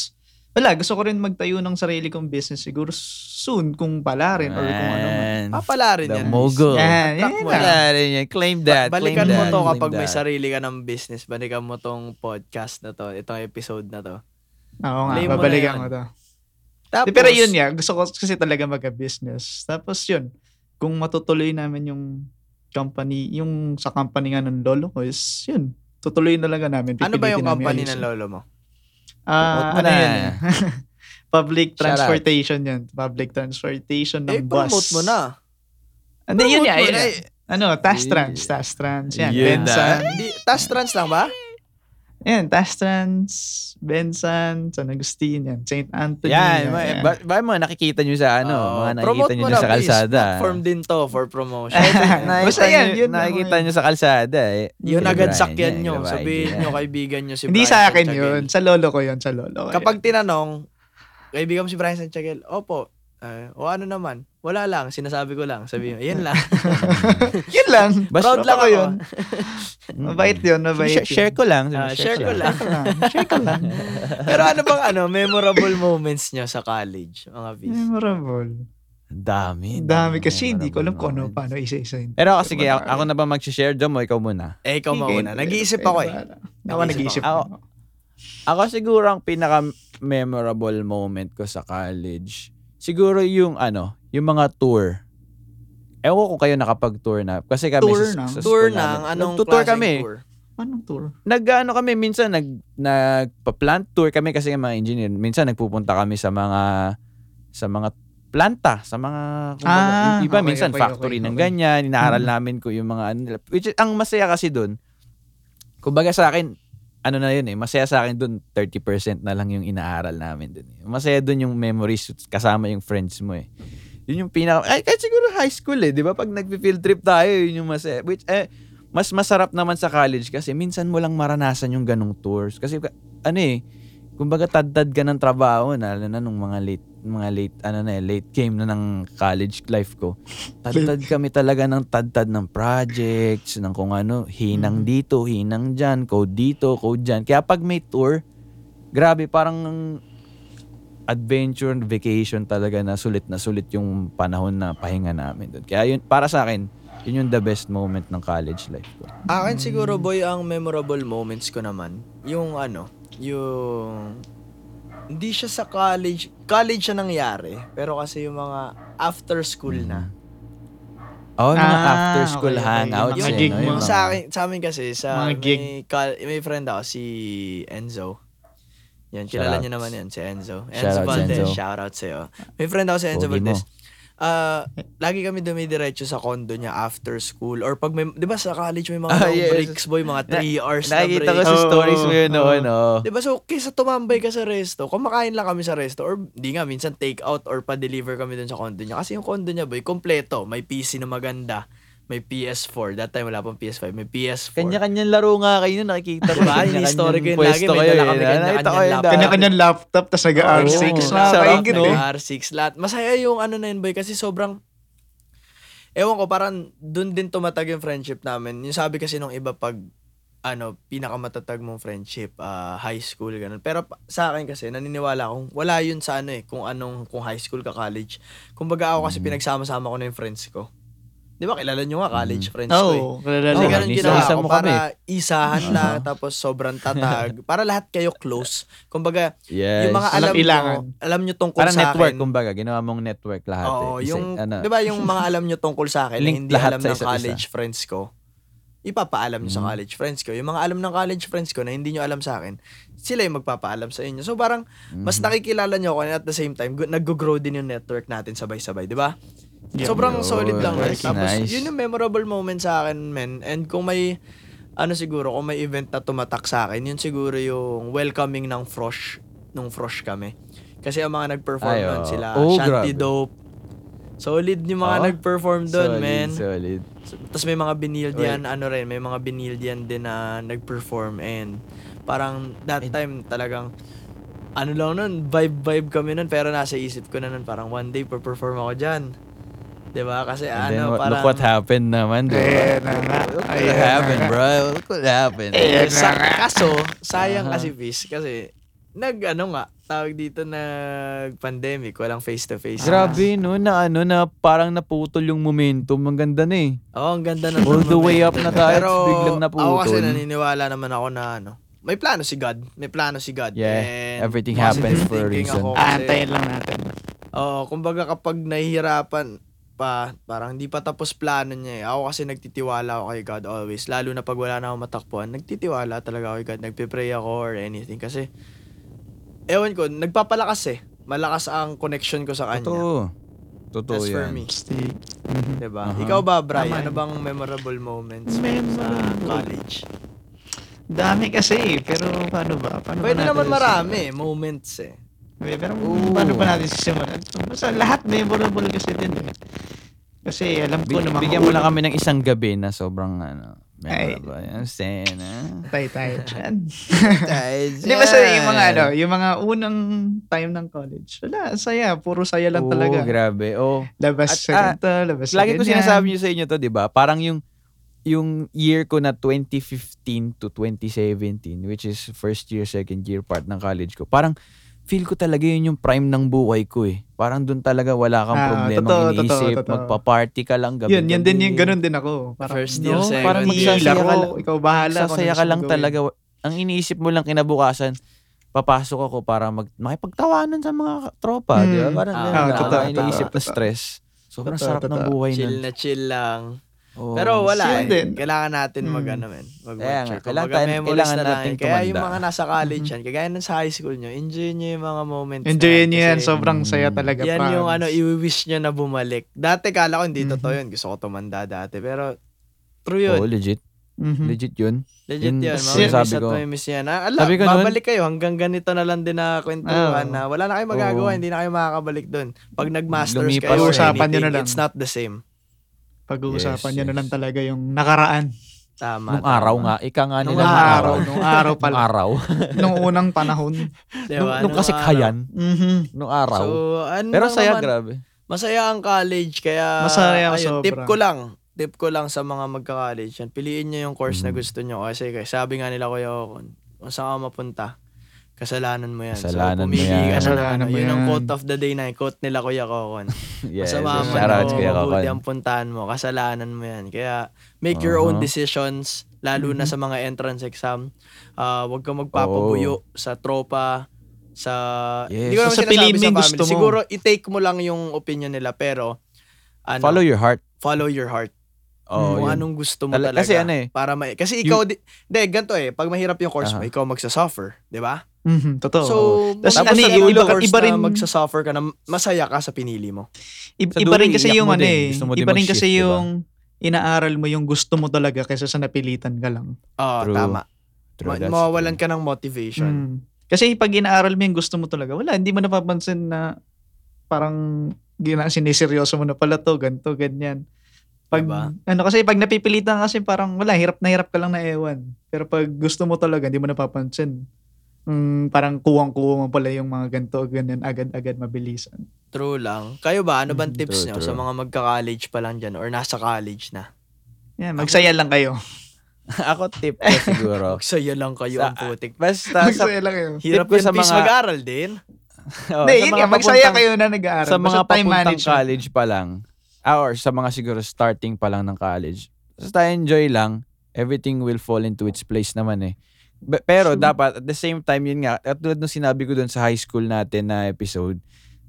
[SPEAKER 3] wala, gusto ko rin magtayo ng sarili kong business siguro soon, kung pala rin or kung ano man.
[SPEAKER 2] Man,
[SPEAKER 1] papala Ah, rin
[SPEAKER 2] the
[SPEAKER 1] yan.
[SPEAKER 2] mogul.
[SPEAKER 3] Yan,
[SPEAKER 1] Attack mo
[SPEAKER 3] yan na.
[SPEAKER 1] lang.
[SPEAKER 2] Wala rin yan. Claim that.
[SPEAKER 1] Balikan
[SPEAKER 2] claim
[SPEAKER 1] mo
[SPEAKER 2] that,
[SPEAKER 1] to
[SPEAKER 2] claim
[SPEAKER 1] kapag may
[SPEAKER 2] that.
[SPEAKER 1] sarili ka ng business. Balikan mo tong podcast na to, itong episode na to.
[SPEAKER 3] Oo nga,
[SPEAKER 1] Play mo na
[SPEAKER 3] babalikan
[SPEAKER 1] yan.
[SPEAKER 3] ko to.
[SPEAKER 1] Tapos,
[SPEAKER 3] Pero yun nga, gusto ko kasi talaga magka-business. Tapos yun, kung matutuloy namin yung company, yung sa company nga ng lolo ko is yun, tutuloy na lang namin.
[SPEAKER 1] ano ba
[SPEAKER 3] Pipilitin
[SPEAKER 1] yung
[SPEAKER 3] namin
[SPEAKER 1] company
[SPEAKER 3] ayusin.
[SPEAKER 1] ng lolo mo?
[SPEAKER 3] Ah,
[SPEAKER 2] Promote mo
[SPEAKER 3] ano
[SPEAKER 2] na.
[SPEAKER 3] yun eh. Public
[SPEAKER 2] Shout out.
[SPEAKER 3] transportation yan. Public transportation ng
[SPEAKER 1] Eh,
[SPEAKER 3] bus. Ah,
[SPEAKER 1] promote mo na.
[SPEAKER 3] Hindi,
[SPEAKER 1] Promote
[SPEAKER 3] yun nga,
[SPEAKER 1] mo
[SPEAKER 3] yun
[SPEAKER 1] na
[SPEAKER 3] nga.
[SPEAKER 1] eh.
[SPEAKER 3] Ano, Task
[SPEAKER 2] Yeah.
[SPEAKER 3] Trans, Task Trans. Yan,
[SPEAKER 2] Yun
[SPEAKER 3] Benson.
[SPEAKER 1] Di, task trans lang ba?
[SPEAKER 3] Yan, Task Trans, Benson, San Agustin, yan, St. Anthony.
[SPEAKER 2] Yan,
[SPEAKER 3] yan,
[SPEAKER 2] ma-
[SPEAKER 3] yan.
[SPEAKER 2] ba, ba mga nakikita nyo sa ano,
[SPEAKER 1] Oo.
[SPEAKER 2] mga
[SPEAKER 1] Oh, Promote
[SPEAKER 2] nakikita nyo
[SPEAKER 1] mo
[SPEAKER 2] dyan
[SPEAKER 1] na,
[SPEAKER 2] sa
[SPEAKER 1] please.
[SPEAKER 2] kalsada.
[SPEAKER 1] Platform din to for promotion.
[SPEAKER 3] Basta
[SPEAKER 2] nakikita,
[SPEAKER 3] yan,
[SPEAKER 2] nyo,
[SPEAKER 3] yun lang
[SPEAKER 2] nakikita
[SPEAKER 3] yun.
[SPEAKER 2] nyo sa kalsada eh.
[SPEAKER 1] Yun
[SPEAKER 2] Kay
[SPEAKER 1] agad
[SPEAKER 2] Brian yan,
[SPEAKER 1] sakyan nyo.
[SPEAKER 2] kay Brian
[SPEAKER 1] Sabihin
[SPEAKER 2] yan.
[SPEAKER 1] nyo, kaibigan nyo si
[SPEAKER 3] Hindi
[SPEAKER 1] Brian
[SPEAKER 3] sa akin
[SPEAKER 1] Santiago.
[SPEAKER 3] yun. Sa lolo ko yun, sa lolo ko. yun.
[SPEAKER 1] Kapag tinanong, kaibigan mo si Brian Santiago, opo, eh, o ano naman, wala lang, sinasabi ko lang. Sabi mo, yun lang.
[SPEAKER 3] Yun lang.
[SPEAKER 2] Basta
[SPEAKER 1] Proud lang
[SPEAKER 3] ako
[SPEAKER 1] ako.
[SPEAKER 3] yun.
[SPEAKER 1] Mm.
[SPEAKER 3] Mabait yun, mabait
[SPEAKER 2] Mm. Share, share ko lang.
[SPEAKER 1] Ah, share ko lang.
[SPEAKER 3] Share ko lang.
[SPEAKER 1] Pero ano bang ano, memorable moments nyo sa college, mga bis?
[SPEAKER 2] Mm.
[SPEAKER 3] Memorable.
[SPEAKER 2] Ang dami.
[SPEAKER 3] Ang dami
[SPEAKER 2] dami,
[SPEAKER 3] kasi hindi ko alam
[SPEAKER 2] dami,
[SPEAKER 3] kung ano,
[SPEAKER 2] dami.
[SPEAKER 3] paano isa-isa. yun.
[SPEAKER 2] Pero ako, sige,
[SPEAKER 3] Wala
[SPEAKER 2] ako, ako na ba mag-share dyan mo? Ikaw muna.
[SPEAKER 1] Eh, ikaw
[SPEAKER 3] Sige,
[SPEAKER 1] mauna.
[SPEAKER 3] hindi.
[SPEAKER 1] Nag-iisip ako eh.
[SPEAKER 3] Wala. Ako
[SPEAKER 1] Nag-iisip
[SPEAKER 3] nag-iisip
[SPEAKER 2] ako.
[SPEAKER 3] ako.
[SPEAKER 2] Ako siguro ang pinaka-memorable moment ko sa college. Siguro yung ano, yung mga tour. Ewan ko kung kayo nakapag-tour na. Kasi kami
[SPEAKER 3] Tour
[SPEAKER 2] sa,
[SPEAKER 3] ng-
[SPEAKER 2] sa
[SPEAKER 1] Tour
[SPEAKER 2] school
[SPEAKER 1] ng,
[SPEAKER 2] namin,
[SPEAKER 1] anong
[SPEAKER 2] nagtutour
[SPEAKER 1] klaseng
[SPEAKER 2] kami.
[SPEAKER 1] tour?
[SPEAKER 3] Anong tour?
[SPEAKER 2] nag-ano kami minsan nag nagpa-plant tour kami kasi mga engineer. Minsan nagpupunta kami sa mga sa mga planta sa mga kumbaga,
[SPEAKER 3] Ah,
[SPEAKER 2] yung iba
[SPEAKER 3] okay,
[SPEAKER 2] minsan
[SPEAKER 3] okay,
[SPEAKER 2] factory
[SPEAKER 3] okay,
[SPEAKER 2] ng
[SPEAKER 3] okay.
[SPEAKER 2] ganyan inaaral
[SPEAKER 3] Mm.
[SPEAKER 2] namin ko yung mga ano nila which is, ang masaya kasi doon kumbaga sa akin ano na yun eh masaya sa akin doon 30% na lang yung inaaral namin doon masaya doon yung memories kasama yung friends mo eh yun yung pinaka ay kahit siguro high school eh 'di ba pag nagfi-field trip tayo yun yung masaya which eh mas masarap naman sa college kasi minsan mo lang maranasan yung ganong tours kasi ka- ano eh kumbaga tad-tad ka ng trabaho na lalo na nung mga late mga late ano na eh, late game na ng college life ko tad-tad kami talaga ng tad-tad ng projects ng kung ano hinang
[SPEAKER 3] Mhm.
[SPEAKER 2] dito hinang diyan code dito code diyan kaya pag may tour grabe parang adventure and vacation talaga na sulit na sulit yung panahon na pahinga namin doon. Kaya yun, para sa akin, yun yung the best moment ng college life ko.
[SPEAKER 1] Akin siguro boy ang memorable moments ko naman, yung ano, yung hindi siya sa college, college siya nangyari, pero kasi yung mga after school
[SPEAKER 2] Mm.
[SPEAKER 1] na.
[SPEAKER 2] Oh, yung mga
[SPEAKER 3] Ah,
[SPEAKER 2] after school
[SPEAKER 3] okay, okay.
[SPEAKER 2] hangouts.
[SPEAKER 3] Yung
[SPEAKER 2] eh,
[SPEAKER 3] gig
[SPEAKER 2] no?
[SPEAKER 3] mo.
[SPEAKER 2] Yung mga-
[SPEAKER 1] sa akin, sa amin kasi sa
[SPEAKER 3] Mga gig.
[SPEAKER 1] May, kal- may friend ako si Enzo. Yan, kilala
[SPEAKER 2] Shoutouts.
[SPEAKER 1] niyo naman yan, si Enzo. Enzo
[SPEAKER 2] Shoutouts,
[SPEAKER 1] Valdez,
[SPEAKER 2] Enzo.
[SPEAKER 1] shout out sa'yo. May friend ako si Enzo
[SPEAKER 2] Pogi mo.
[SPEAKER 1] Valdez. Ah, lagi kami dumidiretso sa condo niya after school or pag may 'di ba sa college may mga
[SPEAKER 2] Ah,
[SPEAKER 1] long
[SPEAKER 2] yes.
[SPEAKER 1] breaks boy mga 3 hours na break.
[SPEAKER 2] Nakikita ko sa
[SPEAKER 3] Oo,
[SPEAKER 2] stories mo yun
[SPEAKER 3] oo.
[SPEAKER 2] noon. Oh.
[SPEAKER 1] Diba so kaysa tumambay ka sa resto, kumakain lang kami sa resto or di nga minsan take out or pa-deliver kami dun sa condo niya kasi yung condo niya boy kompleto, may PC na maganda, may PS4, that time wala pang PS5, may PS4.
[SPEAKER 2] Kanya-kanyang laro nga kayo nun. Nakikita ko.
[SPEAKER 1] Diba?
[SPEAKER 2] kanya-kanyang
[SPEAKER 1] Ini-story ko yun
[SPEAKER 2] pwesto
[SPEAKER 1] lagi. May
[SPEAKER 2] kayo,
[SPEAKER 1] dala
[SPEAKER 2] eh,
[SPEAKER 1] kami
[SPEAKER 2] no?
[SPEAKER 1] kanya-kanyang
[SPEAKER 2] Nakita ko yun
[SPEAKER 1] laptop.
[SPEAKER 2] dahil-
[SPEAKER 3] Kanya-kanyang laptop, tas nag-R6.
[SPEAKER 2] Oo.
[SPEAKER 3] Nakakaingit
[SPEAKER 2] Sarap, no?
[SPEAKER 3] eh.
[SPEAKER 1] R6 lahat. Masaya yung ano na yun boy kasi sobrang Ewan ko, parang dun din tumatag yung friendship namin. Yung sabi kasi nung iba pag ano, pinakamatatag mong friendship, ah, high school, ganun. Pero pa- sa akin kasi, naniniwala akong wala yun sa ano eh, kung anong, kung high school ka, college. Kumbaga ako
[SPEAKER 2] Mm.
[SPEAKER 1] kasi pinagsama-sama ko na yung friends ko. Di ba, kilala nyo nga,
[SPEAKER 2] Mm.
[SPEAKER 1] college friends ko eh.
[SPEAKER 3] Oo, kilala
[SPEAKER 1] Kasi
[SPEAKER 2] Oo,
[SPEAKER 1] ganun
[SPEAKER 2] isa-
[SPEAKER 1] ginawa
[SPEAKER 2] isa
[SPEAKER 1] ko
[SPEAKER 2] mo
[SPEAKER 1] para
[SPEAKER 2] kami.
[SPEAKER 1] isahan lang, tapos sobrang tatag. Para lahat kayo close. Kumbaga,
[SPEAKER 2] Yes.
[SPEAKER 1] yung mga
[SPEAKER 3] Alam
[SPEAKER 1] alam nyo,
[SPEAKER 3] ilangan.
[SPEAKER 1] alam nyo tungkol
[SPEAKER 2] Parang
[SPEAKER 1] sa
[SPEAKER 2] network,
[SPEAKER 1] akin.
[SPEAKER 2] kumbaga. Ginawa mong network lahat.
[SPEAKER 1] Oo,
[SPEAKER 2] eh. Isa-
[SPEAKER 1] yung,
[SPEAKER 2] ano,
[SPEAKER 1] 'di ba, yung mga alam nyo tungkol sa akin, na
[SPEAKER 2] Link
[SPEAKER 1] hindi
[SPEAKER 2] lahat
[SPEAKER 1] alam
[SPEAKER 2] sa
[SPEAKER 1] ng
[SPEAKER 2] isa't isa.
[SPEAKER 1] college friends ko. Ipapaalam nyo sa
[SPEAKER 2] Mm.
[SPEAKER 1] college friends ko. Yung mga alam ng college friends ko na hindi nyo alam sa akin, sila yung magpapaalam sa inyo. So parang
[SPEAKER 2] mm, Mm-hmm.
[SPEAKER 1] mas nakikilala nyo ako and at the same time, gu- nag-grow din yung network natin sabay-sabay, 'di ba?
[SPEAKER 3] Yeah.
[SPEAKER 1] Sobrang
[SPEAKER 2] Yun.
[SPEAKER 1] solid lang. nun.
[SPEAKER 2] Nice,
[SPEAKER 1] Tapos
[SPEAKER 2] nice.
[SPEAKER 1] yun yung memorable moment sa akin, men. And kung may ano siguro, kung may event na tumatak sa akin, yun siguro yung welcoming ng Frosh, nung Frosh kami. Kasi ang mga nag-perform
[SPEAKER 2] Ay,
[SPEAKER 1] nun,
[SPEAKER 2] oo.
[SPEAKER 1] sila
[SPEAKER 2] Oh,
[SPEAKER 1] Shanty
[SPEAKER 2] grabe.
[SPEAKER 1] Dope. Solid yung mga
[SPEAKER 2] Oo.
[SPEAKER 1] nag-perform doon,
[SPEAKER 2] Ah, solid,
[SPEAKER 1] men.
[SPEAKER 2] Solid.
[SPEAKER 1] Tapos may mga Binildian, ano rin, may mga Binildian din na nag-perform and parang that time talagang ano lang nun, vibe-vibe kami nun pero nasa isip ko na nun parang one day perform ako dyan. 'Di ba? Kasi
[SPEAKER 2] And then,
[SPEAKER 1] ano,
[SPEAKER 2] what-
[SPEAKER 1] parang...
[SPEAKER 2] look what happened naman, di ba?
[SPEAKER 3] Ayan na nga.
[SPEAKER 2] Look what
[SPEAKER 3] Ayan na
[SPEAKER 2] happened,
[SPEAKER 3] nga.
[SPEAKER 2] bro. Look what happened. Uh-huh.
[SPEAKER 3] Ayan na
[SPEAKER 1] Sa,
[SPEAKER 3] nga.
[SPEAKER 1] kaso, sayang
[SPEAKER 2] Aha.
[SPEAKER 1] kasi Fizz, kasi nag ano nga, tawag dito nag pandemic, walang face to face.
[SPEAKER 2] Grabe, no? Na ano, na parang naputol yung momentum. Ang ganda na eh.
[SPEAKER 1] Oo, ang ganda na.
[SPEAKER 2] All
[SPEAKER 1] ng
[SPEAKER 2] the way
[SPEAKER 1] momentum.
[SPEAKER 2] up na tayo,
[SPEAKER 1] Pero
[SPEAKER 2] biglang
[SPEAKER 1] ako kasi
[SPEAKER 2] naputol.
[SPEAKER 1] naniniwala naman ako na ano, may plano si God. May plano si God.
[SPEAKER 2] Yeah,
[SPEAKER 1] And
[SPEAKER 2] everything
[SPEAKER 1] positive
[SPEAKER 2] happens for a
[SPEAKER 1] thinking
[SPEAKER 2] reason.
[SPEAKER 1] ako kasi-
[SPEAKER 3] Aantayin lang natin.
[SPEAKER 1] Oo, kumbaga kapag nahihirapan pa, parang hindi pa tapos plano niya eh. Ako kasi nagtitiwala ako kay God always. Lalo na pag wala na akong matakpuan, nagtitiwala talaga ako kay God. Nagpe-pray ako or anything kasi ewan ko, nagpapalakas eh. Malakas ang connection ko sa kanya.
[SPEAKER 2] Totoo. Totoo
[SPEAKER 1] That's
[SPEAKER 2] yan. Uh-huh.
[SPEAKER 1] for me. Diba?
[SPEAKER 2] Aha.
[SPEAKER 1] Ikaw ba, Bri?
[SPEAKER 3] Tama
[SPEAKER 1] Ano
[SPEAKER 3] yun.
[SPEAKER 1] bang memorable moments mo sa
[SPEAKER 3] Memorable.
[SPEAKER 1] college?
[SPEAKER 3] Dami kasi eh, pero paano ba? Paano ba
[SPEAKER 1] Pwede
[SPEAKER 3] natin
[SPEAKER 1] naman
[SPEAKER 3] sisimulan?
[SPEAKER 1] marami eh, moments eh.
[SPEAKER 3] Okay, pero
[SPEAKER 2] Ooh.
[SPEAKER 3] paano ba natin sisimulan? So, basta lahat memorable kasi din eh. Kasi alam ko na
[SPEAKER 2] Bi- bigyan mo lang kami ng isang gabi na sobrang ano.
[SPEAKER 3] Ay.
[SPEAKER 2] Memorable. Yung scena.
[SPEAKER 3] Tay tayo dyan.
[SPEAKER 2] Hindi
[SPEAKER 3] Hindi ba sa yung mga ano, yung mga unang time ng college? Wala, ang saya. Puro saya lang talaga.
[SPEAKER 2] grabe. Oh.
[SPEAKER 3] labas
[SPEAKER 2] At,
[SPEAKER 3] sa
[SPEAKER 2] ah,
[SPEAKER 3] ganito, labas sa
[SPEAKER 2] Lagi
[SPEAKER 3] ganyan.
[SPEAKER 2] ko sinasabi niyo sa inyo to, 'di ba? Parang yung yung year ko na 2015 to 2017, which is first year, second year part ng college ko. Parang feel ko talaga yun yung prime ng buhay ko eh. Parang dun talaga wala kang
[SPEAKER 3] Ah,
[SPEAKER 2] problema
[SPEAKER 3] totoo, totoo,
[SPEAKER 2] iniisip,
[SPEAKER 3] totoo.
[SPEAKER 2] magpa-party ka lang gabi.
[SPEAKER 3] Yun, yun din yung ganun din ako.
[SPEAKER 1] First year,
[SPEAKER 3] no,
[SPEAKER 1] second
[SPEAKER 3] parang
[SPEAKER 2] year.
[SPEAKER 3] magsasaya ka
[SPEAKER 2] Laro,
[SPEAKER 3] lang. Ikaw bahala. kung
[SPEAKER 2] Sasaya
[SPEAKER 3] ano gusto
[SPEAKER 2] ka lang
[SPEAKER 3] mong gawin.
[SPEAKER 2] talaga. Ang iniisip mo lang kinabukasan, papasok ako para mag makipagtawanan sa mga tropa,
[SPEAKER 3] Hmm.
[SPEAKER 2] 'di ba? Parang
[SPEAKER 1] Ah,
[SPEAKER 2] ganun lang
[SPEAKER 1] totoo,
[SPEAKER 2] ang iniisip na
[SPEAKER 3] totoo.
[SPEAKER 2] stress. Sobrang
[SPEAKER 3] Totoo,
[SPEAKER 2] sarap ng
[SPEAKER 3] totoo.
[SPEAKER 2] buhay nun. Oh.
[SPEAKER 1] Chill na chill lang.
[SPEAKER 2] Oo.
[SPEAKER 1] Pero wala
[SPEAKER 3] Yun
[SPEAKER 1] eh.
[SPEAKER 3] din.
[SPEAKER 1] Kailangan natin mag
[SPEAKER 3] Mm.
[SPEAKER 1] ano men, mag
[SPEAKER 2] Hmm. Kaya nga,
[SPEAKER 1] mature.
[SPEAKER 2] kailangan
[SPEAKER 1] Kumbaga,
[SPEAKER 2] tayo-
[SPEAKER 1] memories
[SPEAKER 2] kailangan
[SPEAKER 1] na lang yun.
[SPEAKER 2] natin
[SPEAKER 1] Kaya yung
[SPEAKER 2] tumanda. Mm-hmm.
[SPEAKER 1] mga nasa college
[SPEAKER 3] Mhm.
[SPEAKER 1] yan, kagaya ng sa high school nyo, enjoy nyo yung mga moments. na
[SPEAKER 3] Enjoyin nyo yan.
[SPEAKER 1] Kasi
[SPEAKER 3] Sobrang
[SPEAKER 2] Mm.
[SPEAKER 3] saya talaga.
[SPEAKER 1] Yan yung ano,
[SPEAKER 3] promise.
[SPEAKER 1] i-wish nyo na bumalik. Dati kala ko hindi
[SPEAKER 2] Mm-hmm.
[SPEAKER 3] Mhm.
[SPEAKER 1] totoo yun. Gusto ko tumanda dati. Pero true yun. Hmm.
[SPEAKER 2] Oo, Oh, legit.
[SPEAKER 3] Mhm.
[SPEAKER 2] Legit yun.
[SPEAKER 1] Legit
[SPEAKER 2] Yun,
[SPEAKER 1] yun.
[SPEAKER 2] tas
[SPEAKER 1] Mamimiss
[SPEAKER 2] sabi
[SPEAKER 1] at
[SPEAKER 2] ko.
[SPEAKER 1] mamimiss yan. Ah, ala,
[SPEAKER 2] Sabi ko nun- Oh.
[SPEAKER 1] babalik kayo hanggang ganito na lang din na kwentuhan
[SPEAKER 3] Oo.
[SPEAKER 1] na wala na kayo magagawa,
[SPEAKER 2] Oo.
[SPEAKER 1] hindi na kayo makakabalik doon. Pag nag-masters
[SPEAKER 2] Lumipas
[SPEAKER 1] kayo, or
[SPEAKER 2] na eh.
[SPEAKER 1] anything,
[SPEAKER 3] Usapan nyo na lang.
[SPEAKER 1] it's not the same.
[SPEAKER 3] Pag-uusapan
[SPEAKER 2] Yes,
[SPEAKER 3] nyo na
[SPEAKER 2] yes.
[SPEAKER 3] lang talaga yung nakaraan.
[SPEAKER 1] Tama.
[SPEAKER 2] Nung araw nga. Ika nga
[SPEAKER 1] Nung
[SPEAKER 2] nila.
[SPEAKER 3] Nung
[SPEAKER 1] araw.
[SPEAKER 3] araw. Nung araw
[SPEAKER 2] Nung
[SPEAKER 3] pala.
[SPEAKER 2] araw.
[SPEAKER 3] nung unang panahon.
[SPEAKER 1] Diba?
[SPEAKER 2] Nung, nung
[SPEAKER 1] Nung
[SPEAKER 2] kasikhayan.
[SPEAKER 3] Mhm.
[SPEAKER 2] Nung araw.
[SPEAKER 1] So, ano
[SPEAKER 2] Pero
[SPEAKER 1] lang
[SPEAKER 2] saya,
[SPEAKER 1] naman,
[SPEAKER 2] grabe.
[SPEAKER 1] Masaya ang college, kaya
[SPEAKER 3] Masaya ako
[SPEAKER 1] ayun,
[SPEAKER 3] sobra.
[SPEAKER 1] tip ko lang. Tip ko lang sa mga magka-college yan. Piliin nyo yung course na
[SPEAKER 2] Mm.
[SPEAKER 1] gusto nyo. Kasi kay- sabi nga nila Kuya Okon, kung saan ka mapunta, kasalanan mo yan. so,
[SPEAKER 2] Kasalanan mo
[SPEAKER 1] pumili
[SPEAKER 2] yan.
[SPEAKER 1] ka na ng
[SPEAKER 3] Kasalanan
[SPEAKER 1] ano.
[SPEAKER 3] mo
[SPEAKER 1] Yun ang
[SPEAKER 3] yan.
[SPEAKER 1] quote of the day na quote nila Kuya Okon.
[SPEAKER 2] Yes.
[SPEAKER 1] Masama man
[SPEAKER 2] Shout out
[SPEAKER 1] o
[SPEAKER 2] kay Kokon.
[SPEAKER 1] mabuti ang puntahan mo. Kasalanan mo yan. Kaya make your
[SPEAKER 2] Uh-huh. Mm-hmm.
[SPEAKER 1] own decisions, lalo na
[SPEAKER 3] Mhm.
[SPEAKER 1] sa mga entrance exam. Ah, huwag kang magpapabuyo sa tropa, sa...
[SPEAKER 2] Oh.
[SPEAKER 1] Hindi
[SPEAKER 2] Yes.
[SPEAKER 1] ko naman
[SPEAKER 3] Sa
[SPEAKER 1] sinasabi
[SPEAKER 3] piliin mo yung
[SPEAKER 1] sa
[SPEAKER 3] gusto
[SPEAKER 1] family.
[SPEAKER 3] mo.
[SPEAKER 1] Siguro, i-take mo lang yung opinion nila, pero... Ano,
[SPEAKER 2] Follow your heart.
[SPEAKER 1] follow your heart.
[SPEAKER 2] Oo,
[SPEAKER 1] kung
[SPEAKER 2] yun.
[SPEAKER 1] anong gusto mo
[SPEAKER 2] Tala-
[SPEAKER 1] talaga.
[SPEAKER 2] kasi ano eh,
[SPEAKER 1] Para ma- kasi ikaw, di, hindi, ganito eh, pag mahirap yung course mo,
[SPEAKER 2] Aha.
[SPEAKER 1] ikaw magsasuffer, di ba?
[SPEAKER 3] Mhm.
[SPEAKER 2] Mm-hmm,
[SPEAKER 3] Totoo.
[SPEAKER 1] So,
[SPEAKER 3] Tas
[SPEAKER 1] mapunta
[SPEAKER 3] ano eh,
[SPEAKER 1] ka ng
[SPEAKER 3] iba-
[SPEAKER 1] course
[SPEAKER 3] iba rin-
[SPEAKER 1] na magsasuffer ka na masaya ka sa pinili mo.
[SPEAKER 3] I-
[SPEAKER 2] Sa
[SPEAKER 3] iba rin
[SPEAKER 2] dulo,
[SPEAKER 3] kasi
[SPEAKER 2] iiyak
[SPEAKER 3] yung
[SPEAKER 2] mo
[SPEAKER 3] ano
[SPEAKER 2] din.
[SPEAKER 3] eh.
[SPEAKER 2] Gusto mo din
[SPEAKER 3] Iba rin
[SPEAKER 2] mag-shift,
[SPEAKER 3] kasi
[SPEAKER 2] diba?
[SPEAKER 3] yung inaaral mo yung gusto mo talaga kaysa sa napilitan ka lang.
[SPEAKER 1] Oo,
[SPEAKER 2] True.
[SPEAKER 1] Ah, tama.
[SPEAKER 2] True,
[SPEAKER 1] Ma-
[SPEAKER 2] that's
[SPEAKER 1] mawawalan
[SPEAKER 2] true.
[SPEAKER 1] ka ng motivation.
[SPEAKER 3] Mm. Kasi pag inaaral mo yung gusto mo talaga, wala, hindi mo napapansin na parang gina, siniseryoso mo na pala to, ganto, ganyan. Pag,
[SPEAKER 1] Diba?
[SPEAKER 3] ano, kasi pag napipilitan kasi parang wala, hirap na hirap ka lang na ewan. Pero pag gusto mo talaga, hindi mo napapansin. Mm, parang kuwang-kuwa mo pala yung mga ganto, ganyan, agad-agad mabilisan.
[SPEAKER 1] True lang. Kayo ba, ano bang
[SPEAKER 3] Mhm,
[SPEAKER 1] tips
[SPEAKER 2] Mm. true,
[SPEAKER 1] nyo
[SPEAKER 2] true.
[SPEAKER 1] sa mga magka-college pa lang dyan or nasa college na?
[SPEAKER 3] Yan, magsaya lang kayo.
[SPEAKER 2] Ako tip ko siguro.
[SPEAKER 1] Magsaya Oh, lang kayo
[SPEAKER 2] Sa-
[SPEAKER 1] ang putik.
[SPEAKER 2] Basta sa,
[SPEAKER 3] Magsaya lang kayo.
[SPEAKER 1] Hirap
[SPEAKER 2] ko
[SPEAKER 1] yun,
[SPEAKER 2] sa
[SPEAKER 1] peace
[SPEAKER 2] mga-
[SPEAKER 1] mag-aral din.
[SPEAKER 2] oh,
[SPEAKER 3] Hindi,
[SPEAKER 2] sa
[SPEAKER 3] yun
[SPEAKER 2] mga
[SPEAKER 3] nga, magsaya
[SPEAKER 2] papuntang-
[SPEAKER 3] kayo na nag-aaral.
[SPEAKER 2] sa mga
[SPEAKER 3] Basta time
[SPEAKER 2] papuntang
[SPEAKER 3] management.
[SPEAKER 2] college pa lang, ah, or sa mga siguro starting pa lang ng college, basta enjoy lang, everything will fall into its place naman eh. Be- pero
[SPEAKER 3] True.
[SPEAKER 2] dapat at the same time yun nga, at tulad nung sinabi ko dun sa high school natin na episode,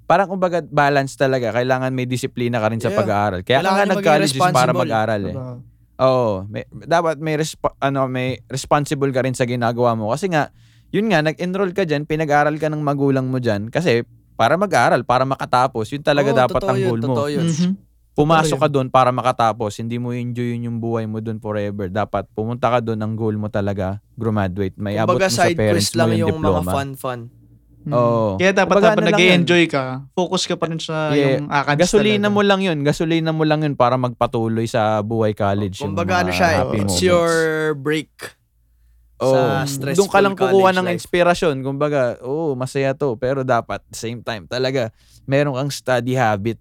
[SPEAKER 2] parang kumbaga balance talaga. Kailangan may disiplina ka rin sa
[SPEAKER 1] Yeah.
[SPEAKER 2] pag-aaral. Kaya ka
[SPEAKER 1] Kailangan
[SPEAKER 2] nga
[SPEAKER 1] maging
[SPEAKER 2] nag-college is para
[SPEAKER 1] responsible.
[SPEAKER 2] mag-aral eh.
[SPEAKER 3] Diba?
[SPEAKER 2] Oo, may, dapat may resp- ano may responsible ka rin sa ginagawa mo kasi nga yun nga nag-enroll ka diyan, pinag-aral ka ng magulang mo diyan kasi para mag-aral, para makatapos, yun talaga
[SPEAKER 1] Oo,
[SPEAKER 2] dapat
[SPEAKER 1] totoo
[SPEAKER 2] ang
[SPEAKER 1] yun,
[SPEAKER 2] goal mo. Mm-hmm.
[SPEAKER 1] Totoo yun.
[SPEAKER 3] Mhm.
[SPEAKER 2] Pumasok
[SPEAKER 3] Totoo
[SPEAKER 2] ka doon para makatapos, hindi mo enjoy yun yung buhay mo doon forever. Dapat pumunta ka doon ang goal mo talaga, graduate, may abot mo
[SPEAKER 1] Kumbaga
[SPEAKER 2] sa
[SPEAKER 1] side
[SPEAKER 2] parents
[SPEAKER 1] quest
[SPEAKER 2] mo
[SPEAKER 1] lang
[SPEAKER 2] yung,
[SPEAKER 1] yung mga
[SPEAKER 2] diploma.
[SPEAKER 1] fun-fun.
[SPEAKER 3] Mm.
[SPEAKER 2] Oo.
[SPEAKER 3] Kaya dapat
[SPEAKER 2] Kumbaga,
[SPEAKER 3] habang
[SPEAKER 2] ano lang
[SPEAKER 3] nag-enjoy ka, focus ka pa rin sa
[SPEAKER 2] Yeah.
[SPEAKER 3] yung academics
[SPEAKER 2] Gasolina
[SPEAKER 3] talaga.
[SPEAKER 2] mo lang yun, gasolina mo lang yun para magpatuloy sa buhay college. yung
[SPEAKER 1] Kumbaga ano
[SPEAKER 2] mga
[SPEAKER 1] siya, eh,
[SPEAKER 2] happy
[SPEAKER 1] it's
[SPEAKER 2] moments.
[SPEAKER 1] your break sa
[SPEAKER 2] Oo.
[SPEAKER 1] stressful
[SPEAKER 2] Doon ka lang kukuha ng
[SPEAKER 1] college life.
[SPEAKER 2] inspirasyon. Kumbaga, oo, masaya to. Pero dapat, same time, talaga, meron kang study habit.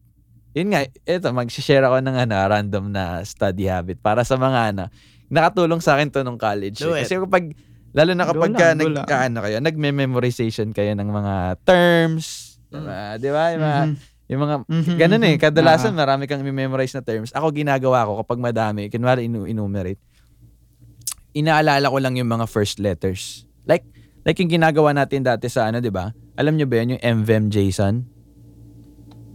[SPEAKER 2] Yun nga, eto, mag-share ako ng ano, random na study habit para sa mga ano. Nakatulong sa akin to nung college.
[SPEAKER 1] Do it.
[SPEAKER 2] eh. Kasi kapag, lalo na
[SPEAKER 3] Go
[SPEAKER 2] kapag
[SPEAKER 3] lang,
[SPEAKER 2] ka,
[SPEAKER 3] go
[SPEAKER 2] nag,
[SPEAKER 3] lang.
[SPEAKER 2] ka- ano kayo, nagme-memorization kayo ng mga terms.
[SPEAKER 1] Mm. Mm-hmm.
[SPEAKER 2] Diba? Di ba? Yung mga,
[SPEAKER 3] Mhm.
[SPEAKER 2] yung mga
[SPEAKER 3] Mhm,
[SPEAKER 2] Ganun eh,
[SPEAKER 3] mhm.
[SPEAKER 2] kadalasan
[SPEAKER 3] Ah,
[SPEAKER 2] marami kang memorize na terms. Ako ginagawa ko kapag madami, kunwari inu- enumerate, inaalala ko lang yung mga first letters. Like, like yung ginagawa natin dati sa ano, di ba? Alam nyo ba yun, yung MVM JSON?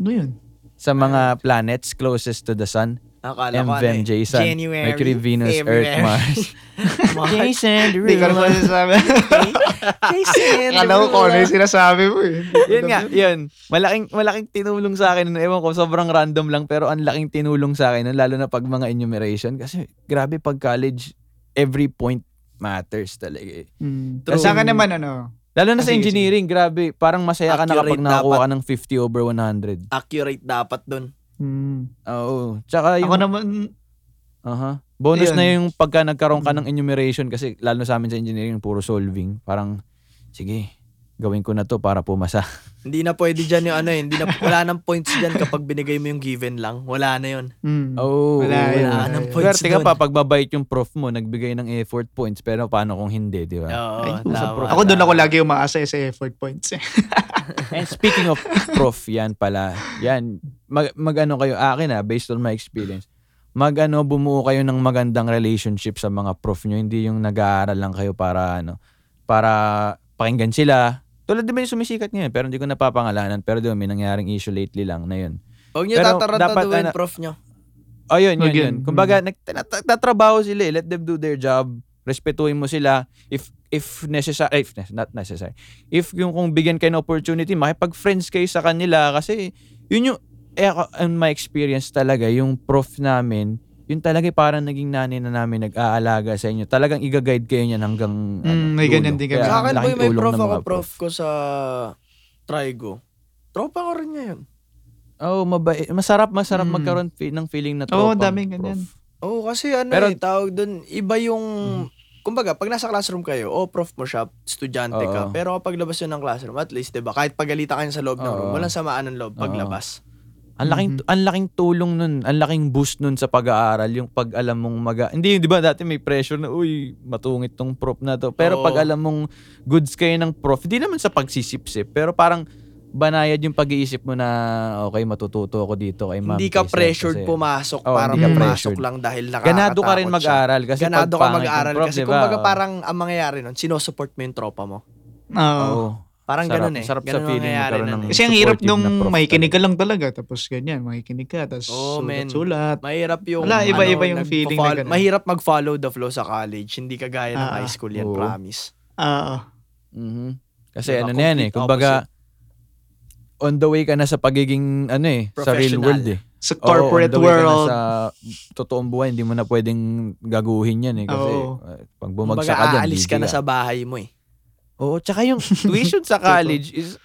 [SPEAKER 3] ano yun?
[SPEAKER 2] Sa mga planets closest to the sun.
[SPEAKER 1] Akala ko ano
[SPEAKER 2] MVM
[SPEAKER 1] eh,
[SPEAKER 2] JSON.
[SPEAKER 1] January,
[SPEAKER 2] Mercury, Venus, Earth,
[SPEAKER 1] February.
[SPEAKER 2] Mars.
[SPEAKER 1] Mars.
[SPEAKER 2] Jason,
[SPEAKER 3] Hindi ko naman sinasabi.
[SPEAKER 1] Jason,
[SPEAKER 3] Akala ko kung ano yung sinasabi mo eh.
[SPEAKER 2] yun nga, yun. Malaking, malaking tinulong sa akin. nun. Ewan ko, sobrang random lang. Pero ang laking tinulong sa akin. nun, Lalo na pag mga enumeration. Kasi grabe pag college, every point matters talaga eh.
[SPEAKER 3] Mm.
[SPEAKER 2] True.
[SPEAKER 3] Sa akin naman ano,
[SPEAKER 2] Lalo na
[SPEAKER 3] Ah,
[SPEAKER 2] sa
[SPEAKER 3] sige,
[SPEAKER 2] engineering, grabe. Parang masaya ka na
[SPEAKER 1] Accurate
[SPEAKER 2] kapag nakakuha ka ng 50 over 100.
[SPEAKER 1] Accurate dapat dun.
[SPEAKER 3] mm,
[SPEAKER 2] Oo. Tsaka yung...
[SPEAKER 3] ako naman,
[SPEAKER 2] Aha. Bonus
[SPEAKER 3] Ayun.
[SPEAKER 2] na yung pagka nagkaroon ka ng
[SPEAKER 3] Mm.
[SPEAKER 2] enumeration kasi lalo sa amin sa engineering, puro solving. Parang, sige, gawin ko na to para pumasa.
[SPEAKER 1] Hindi na pwede dyan yung ano eh. Hindi na, wala nang points dyan kapag binigay mo yung given lang. Wala na yun.
[SPEAKER 3] mm,
[SPEAKER 2] Oo.
[SPEAKER 3] Wala,
[SPEAKER 2] oo,
[SPEAKER 3] wala.
[SPEAKER 2] oo.
[SPEAKER 1] nang
[SPEAKER 3] Ayun.
[SPEAKER 1] points
[SPEAKER 2] Swerte ka
[SPEAKER 1] dun.
[SPEAKER 2] pa, pagbabait yung prof mo, nagbigay ng effort points, pero paano kung hindi, di ba?
[SPEAKER 1] Oo,
[SPEAKER 3] Ay,
[SPEAKER 1] tama.
[SPEAKER 2] sa pro-
[SPEAKER 3] ako doon ako lagi umaasa eh sa effort points eh.
[SPEAKER 2] And speaking of prof, yan pala. Yan, mag, mag-ano kayo, akin ah, based on my experience, mag-ano, bumuo kayo ng magandang relationship sa mga prof nyo, hindi yung nag-aaral lang kayo para, ano, para pakinggan sila. Tulad di ba yung sumisikat ngayon, pero hindi ko napapangalanan, pero di ba, may nangyaring issue lately lang na yun.
[SPEAKER 1] Huwag nyo
[SPEAKER 2] Pero
[SPEAKER 1] tataranta
[SPEAKER 2] dapat
[SPEAKER 1] doon,
[SPEAKER 2] ano-
[SPEAKER 1] prof nyo.
[SPEAKER 2] Oh, yun, yun,
[SPEAKER 3] Huwag yun.
[SPEAKER 2] yun. Kumbaga,
[SPEAKER 3] mm.
[SPEAKER 2] nagtatrabaho sila eh. Let them do their job. Respetuhin mo sila. If if necessary, if ne- not necessary. If yung kung bigyan kayo ng opportunity, makipag-friends kayo sa kanila kasi yun yung eh ako, in my experience talaga, yung prof namin, yun talaga eh, parang naging nanay na namin nag-aalaga sa inyo. Talagang i-guide kayo niyan hanggang ano,
[SPEAKER 3] Mm, may ganyan din kami.
[SPEAKER 2] Kaya
[SPEAKER 1] Sa akin boy,
[SPEAKER 2] laking
[SPEAKER 1] may
[SPEAKER 2] tulong
[SPEAKER 1] prof
[SPEAKER 2] ng mga
[SPEAKER 1] ako, prof ko sa Trigo. Tropa ko rin niya yun.
[SPEAKER 2] Oh, mabait. Masarap, masarap
[SPEAKER 3] Mm.
[SPEAKER 2] magkaroon fi- ng feeling na
[SPEAKER 3] Oo,
[SPEAKER 2] tropang
[SPEAKER 3] daming
[SPEAKER 2] prof.
[SPEAKER 3] ganyan.
[SPEAKER 1] Oo, kasi ano
[SPEAKER 2] Pero-
[SPEAKER 1] eh, tawag doon, iba yung, kumbaga, pag nasa classroom kayo, oh, prof mo siya, estudyante ka,
[SPEAKER 2] Oo.
[SPEAKER 1] pero kapag labas yun ng classroom, at least, di ba, kahit pagalita kayo sa loob ng
[SPEAKER 2] Oo.
[SPEAKER 1] room, walang samaan ng loob paglabas.
[SPEAKER 2] Ang laking
[SPEAKER 1] Mm-hmm.
[SPEAKER 2] ang laking tulong nun, ang laking boost nun sa pag-aaral yung pag alam mong mag Hindi, 'di ba dati may pressure na uy, matungit tong prof na to. Pero
[SPEAKER 1] Oo.
[SPEAKER 2] pag alam mong goods kayo ng prof, hindi naman sa pagsisipsip, pero parang banayad yung pag-iisip mo na okay, matututo ako dito kay ma'am.
[SPEAKER 1] hindi ka
[SPEAKER 2] kay sir,
[SPEAKER 1] pressured
[SPEAKER 2] kasi-
[SPEAKER 1] pumasok
[SPEAKER 2] Oo,
[SPEAKER 1] para
[SPEAKER 2] hindi
[SPEAKER 3] ka
[SPEAKER 1] pumasok
[SPEAKER 2] pressured.
[SPEAKER 1] lang dahil nakakatakot
[SPEAKER 2] Ganado ka rin
[SPEAKER 1] siya.
[SPEAKER 2] mag-aral kasi
[SPEAKER 1] Ganado ka
[SPEAKER 2] pag pangit yung
[SPEAKER 1] mag-aral
[SPEAKER 2] prof,
[SPEAKER 1] kasi
[SPEAKER 2] diba?
[SPEAKER 1] kumbaga parang ang mangyayari nun, sinusupport mo yung tropa mo.
[SPEAKER 3] Oo.
[SPEAKER 2] Oo.
[SPEAKER 1] Parang
[SPEAKER 2] Sarap-
[SPEAKER 1] ganun eh.
[SPEAKER 2] sarap sa
[SPEAKER 1] ganun ang
[SPEAKER 2] feeling
[SPEAKER 1] mangyayari
[SPEAKER 2] magkaroon
[SPEAKER 1] nun
[SPEAKER 2] ng-
[SPEAKER 1] eh.
[SPEAKER 3] Kasi ang hirap
[SPEAKER 2] supportive
[SPEAKER 3] nung
[SPEAKER 2] Oh, na prof
[SPEAKER 3] makikinig ka lang talaga tapos ganyan, makikinig ka tapos
[SPEAKER 1] Oo, men.
[SPEAKER 3] sulat-sulat.
[SPEAKER 1] Mahirap yung
[SPEAKER 3] Wala, iba-iba yung
[SPEAKER 1] nagpo-follow-
[SPEAKER 3] feeling na ganun.
[SPEAKER 1] Mahirap mag-follow the flow sa college. Hindi kagaya ng
[SPEAKER 3] Ah,
[SPEAKER 1] high school yan,
[SPEAKER 2] oo.
[SPEAKER 1] promise.
[SPEAKER 3] Oo.
[SPEAKER 2] Mhm. Kasi
[SPEAKER 1] Diba?
[SPEAKER 2] ano na yan eh,
[SPEAKER 1] Complete
[SPEAKER 2] kumbaga on the way ka na sa pagiging ano eh, sa real
[SPEAKER 1] Professional.
[SPEAKER 2] world eh.
[SPEAKER 3] Sa
[SPEAKER 2] Oo,
[SPEAKER 3] corporate
[SPEAKER 2] on the way ka na
[SPEAKER 3] world.
[SPEAKER 2] Sa totoong buhay, hindi mo na pwedeng gaguhin yan eh. Kasi
[SPEAKER 3] Oo.
[SPEAKER 2] uh, pag
[SPEAKER 1] Kumbaga,
[SPEAKER 2] bumagsak ka dyan,
[SPEAKER 1] aalis ka
[SPEAKER 2] gigi
[SPEAKER 1] na sa bahay mo eh.
[SPEAKER 2] Oo, tsaka yung tuition sa college is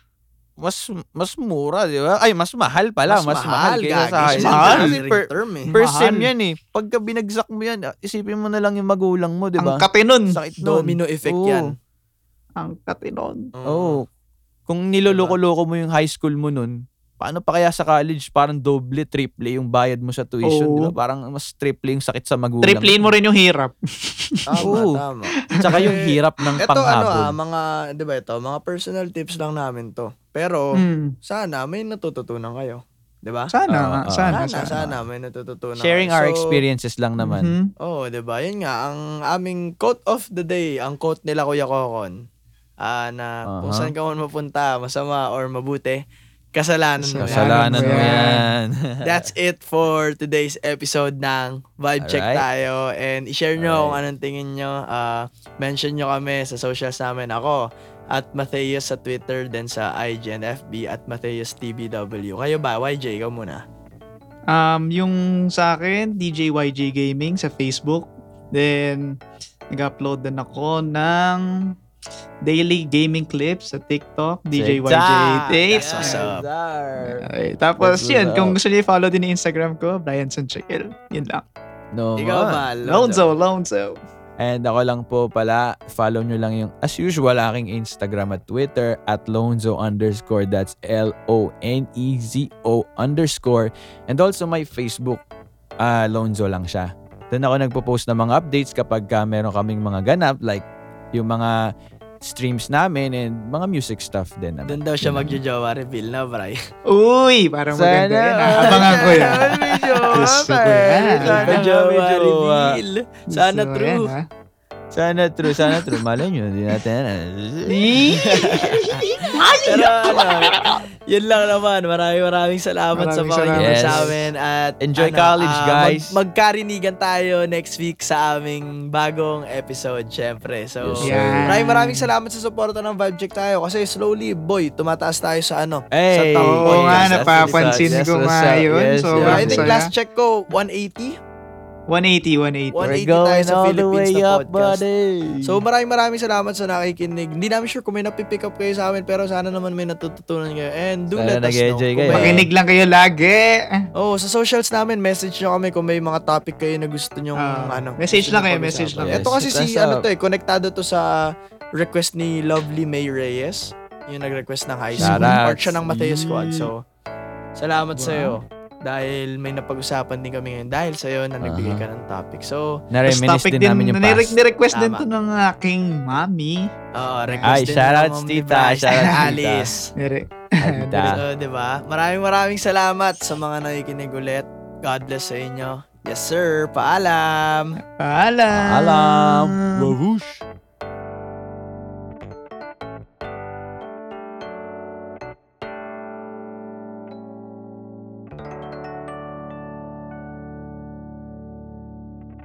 [SPEAKER 2] mas mas mura, di ba? Ay, mas mahal pala. Mas, mahal,
[SPEAKER 1] gagi.
[SPEAKER 2] kaysa sa high
[SPEAKER 1] Mas
[SPEAKER 2] school.
[SPEAKER 3] mahal.
[SPEAKER 2] Kasi per,
[SPEAKER 1] term eh.
[SPEAKER 2] per
[SPEAKER 3] Mahal.
[SPEAKER 2] sem yan eh. Pagka binagsak mo yan, isipin mo na lang yung magulang mo, di
[SPEAKER 3] Ang
[SPEAKER 2] ba?
[SPEAKER 3] kape nun.
[SPEAKER 2] Sakit nun.
[SPEAKER 1] Domino effect
[SPEAKER 2] Oo.
[SPEAKER 1] yan.
[SPEAKER 3] Ang kape nun.
[SPEAKER 2] Oo. Kung niloloko-loko mo yung high school mo nun, paano pa kaya sa college parang doble, triple yung bayad mo sa tuition,
[SPEAKER 3] Oo.
[SPEAKER 2] di ba? Parang mas triple yung sakit sa magulang.
[SPEAKER 3] Triplin mo rin yung hirap.
[SPEAKER 1] Mm. Tama,
[SPEAKER 2] Oo.
[SPEAKER 1] tama.
[SPEAKER 2] Tsaka yung hirap ng
[SPEAKER 1] Ito Eh, ano ah,
[SPEAKER 2] panghabol.
[SPEAKER 1] mga, di ba ito, mga personal tips lang namin to. Pero,
[SPEAKER 3] Mm.
[SPEAKER 1] sana may natututunan kayo. Di ba?
[SPEAKER 3] Sana,
[SPEAKER 2] Ah,
[SPEAKER 3] nga,
[SPEAKER 2] ah.
[SPEAKER 3] sana,
[SPEAKER 1] Sana, sana may natututunan
[SPEAKER 2] Sharing
[SPEAKER 1] kayo.
[SPEAKER 2] our
[SPEAKER 1] So,
[SPEAKER 2] experiences lang naman.
[SPEAKER 3] Mhm.
[SPEAKER 1] Oo, oh, 'di ba? Yun nga ang aming quote of the day, ang quote nila Kuya Kokon. Ah na kung
[SPEAKER 2] Aha.
[SPEAKER 1] saan ka man mapunta, masama or mabuti, kasalanan mo. yan.
[SPEAKER 2] Kasalanan mo yan.
[SPEAKER 1] That's it for today's episode ng Vibe Check
[SPEAKER 2] Alright.
[SPEAKER 1] tayo and i-share nyo kung
[SPEAKER 2] Alright.
[SPEAKER 1] anong tingin nyo. Ah, mention nyo kami sa socials namin ako at Matheus sa Twitter then sa IG and FB at Matheus TBW. Kayo ba? YJ, ikaw muna.
[SPEAKER 3] Um, yung sa akin, DJ YG Gaming sa Facebook. Then, nag-upload din ako ng daily gaming clips sa TikTok, DJ YJ.
[SPEAKER 1] That's
[SPEAKER 3] Tapes.
[SPEAKER 1] what's up.
[SPEAKER 3] Ay, tapos
[SPEAKER 2] That's
[SPEAKER 3] yun,
[SPEAKER 2] what's
[SPEAKER 3] kung
[SPEAKER 2] up.
[SPEAKER 3] gusto niyo follow din yung Instagram ko, Brian Sanchel. Yun lang.
[SPEAKER 2] No,
[SPEAKER 1] Ikaw
[SPEAKER 2] man.
[SPEAKER 1] ba?
[SPEAKER 3] Lonzo, Lonzo.
[SPEAKER 2] And ako lang po pala, follow nyo lang yung, as usual, aking Instagram at Twitter at lonzo underscore, that's L-O-N-E-Z-O E underscore. And also my Facebook, ah lonzo lang siya. Doon ako nagpo-post ng mga updates kapag ka meron kaming mga ganap, like yung mga streams namin and mga music stuff din. naman.
[SPEAKER 1] Doon daw siya
[SPEAKER 2] Yun lang.
[SPEAKER 1] magjojowa reveal na, Bray.
[SPEAKER 3] Uy, parang maganda yan. ah. Abangan ko yan. Gusto ko yan.
[SPEAKER 1] Sana
[SPEAKER 2] Sana
[SPEAKER 1] jowa
[SPEAKER 2] may jowa.
[SPEAKER 1] reveal. Sana
[SPEAKER 3] Gusto ko
[SPEAKER 1] true.
[SPEAKER 3] yan, ah.
[SPEAKER 2] Sana true, sana true. Malay nyo, hindi natin.
[SPEAKER 1] Pero ano, yun lang naman. Maraming maraming salamat sa
[SPEAKER 3] Maraming
[SPEAKER 1] pakikinig
[SPEAKER 2] salamat.
[SPEAKER 1] sa
[SPEAKER 2] Yes.
[SPEAKER 1] amin. At
[SPEAKER 2] Enjoy
[SPEAKER 1] ano,
[SPEAKER 2] college,
[SPEAKER 1] ah,
[SPEAKER 2] guys.
[SPEAKER 1] Mag- magkarinigan tayo next week sa aming bagong episode, syempre. So,
[SPEAKER 2] Yes,
[SPEAKER 3] sir.
[SPEAKER 1] maraming maraming salamat sa suporta ng Vibe Check tayo. Kasi slowly, boy, tumataas tayo sa ano. sa
[SPEAKER 2] Hey,
[SPEAKER 1] top
[SPEAKER 3] Oo
[SPEAKER 1] podcast.
[SPEAKER 3] nga,
[SPEAKER 1] That's
[SPEAKER 3] napapansin
[SPEAKER 1] the result.
[SPEAKER 2] Yes,
[SPEAKER 3] ko
[SPEAKER 2] what's
[SPEAKER 3] nga
[SPEAKER 2] up?
[SPEAKER 3] yun.
[SPEAKER 2] Yes,
[SPEAKER 3] Sobrang
[SPEAKER 1] Yeah,
[SPEAKER 2] yes.
[SPEAKER 1] I think
[SPEAKER 3] saya.
[SPEAKER 1] last check ko, 180.
[SPEAKER 3] 180, 180.
[SPEAKER 1] One-
[SPEAKER 2] We're
[SPEAKER 1] 180 tayo
[SPEAKER 2] going
[SPEAKER 1] sa
[SPEAKER 2] all the
[SPEAKER 1] Philippines
[SPEAKER 2] way
[SPEAKER 1] na
[SPEAKER 2] up,
[SPEAKER 1] podcast.
[SPEAKER 2] buddy.
[SPEAKER 1] So maraming maraming salamat sa nakikinig. Hindi namin sure kung may napipick up kayo sa amin pero sana naman may natututunan kayo. And do
[SPEAKER 2] Sana
[SPEAKER 1] let us know.
[SPEAKER 2] nag-enjoy
[SPEAKER 1] kung
[SPEAKER 2] kayo.
[SPEAKER 1] may-
[SPEAKER 3] Makinig lang kayo lagi.
[SPEAKER 1] Oh, sa socials namin, message nyo kami kung may mga topic kayo na gusto nyo
[SPEAKER 3] Ah,
[SPEAKER 1] ano.
[SPEAKER 3] message
[SPEAKER 1] gusto
[SPEAKER 3] lang
[SPEAKER 1] nyo
[SPEAKER 3] kayo,
[SPEAKER 1] pag-usapan.
[SPEAKER 3] message lang.
[SPEAKER 2] Yes, ah.
[SPEAKER 1] Ito kasi
[SPEAKER 2] hit
[SPEAKER 1] si,
[SPEAKER 2] us
[SPEAKER 1] ano
[SPEAKER 2] up.
[SPEAKER 1] to eh, konektado to sa request ni Lovely May Reyes. Yung nag-request ng high school.
[SPEAKER 2] Shoutouts.
[SPEAKER 1] Part siya ng Mateo Squad. So, salamat
[SPEAKER 3] Wow.
[SPEAKER 1] sa'yo. Dahil may napag-usapan din kami ngayon. Dahil sa'yo na nagbigay ka ng topic. So,
[SPEAKER 3] Tapos
[SPEAKER 2] Nareminis
[SPEAKER 3] topic
[SPEAKER 2] din
[SPEAKER 3] din,
[SPEAKER 2] namin yung
[SPEAKER 3] nire-
[SPEAKER 2] past.
[SPEAKER 3] nire-request din
[SPEAKER 1] Tama.
[SPEAKER 3] to ng aking mami.
[SPEAKER 1] ah,
[SPEAKER 2] Ay,
[SPEAKER 1] request din. ng
[SPEAKER 2] shoutouts,
[SPEAKER 1] Ma'am
[SPEAKER 2] tita.
[SPEAKER 1] Bryce and
[SPEAKER 2] Shoutouts, tita.
[SPEAKER 1] Alice.
[SPEAKER 3] Nire-
[SPEAKER 2] Halita.
[SPEAKER 1] So, di ba? Maraming maraming salamat sa mga nakikinig ulit. God bless sa inyo. Yes, sir. Paalam.
[SPEAKER 3] Paalam.
[SPEAKER 2] Alam. Babush.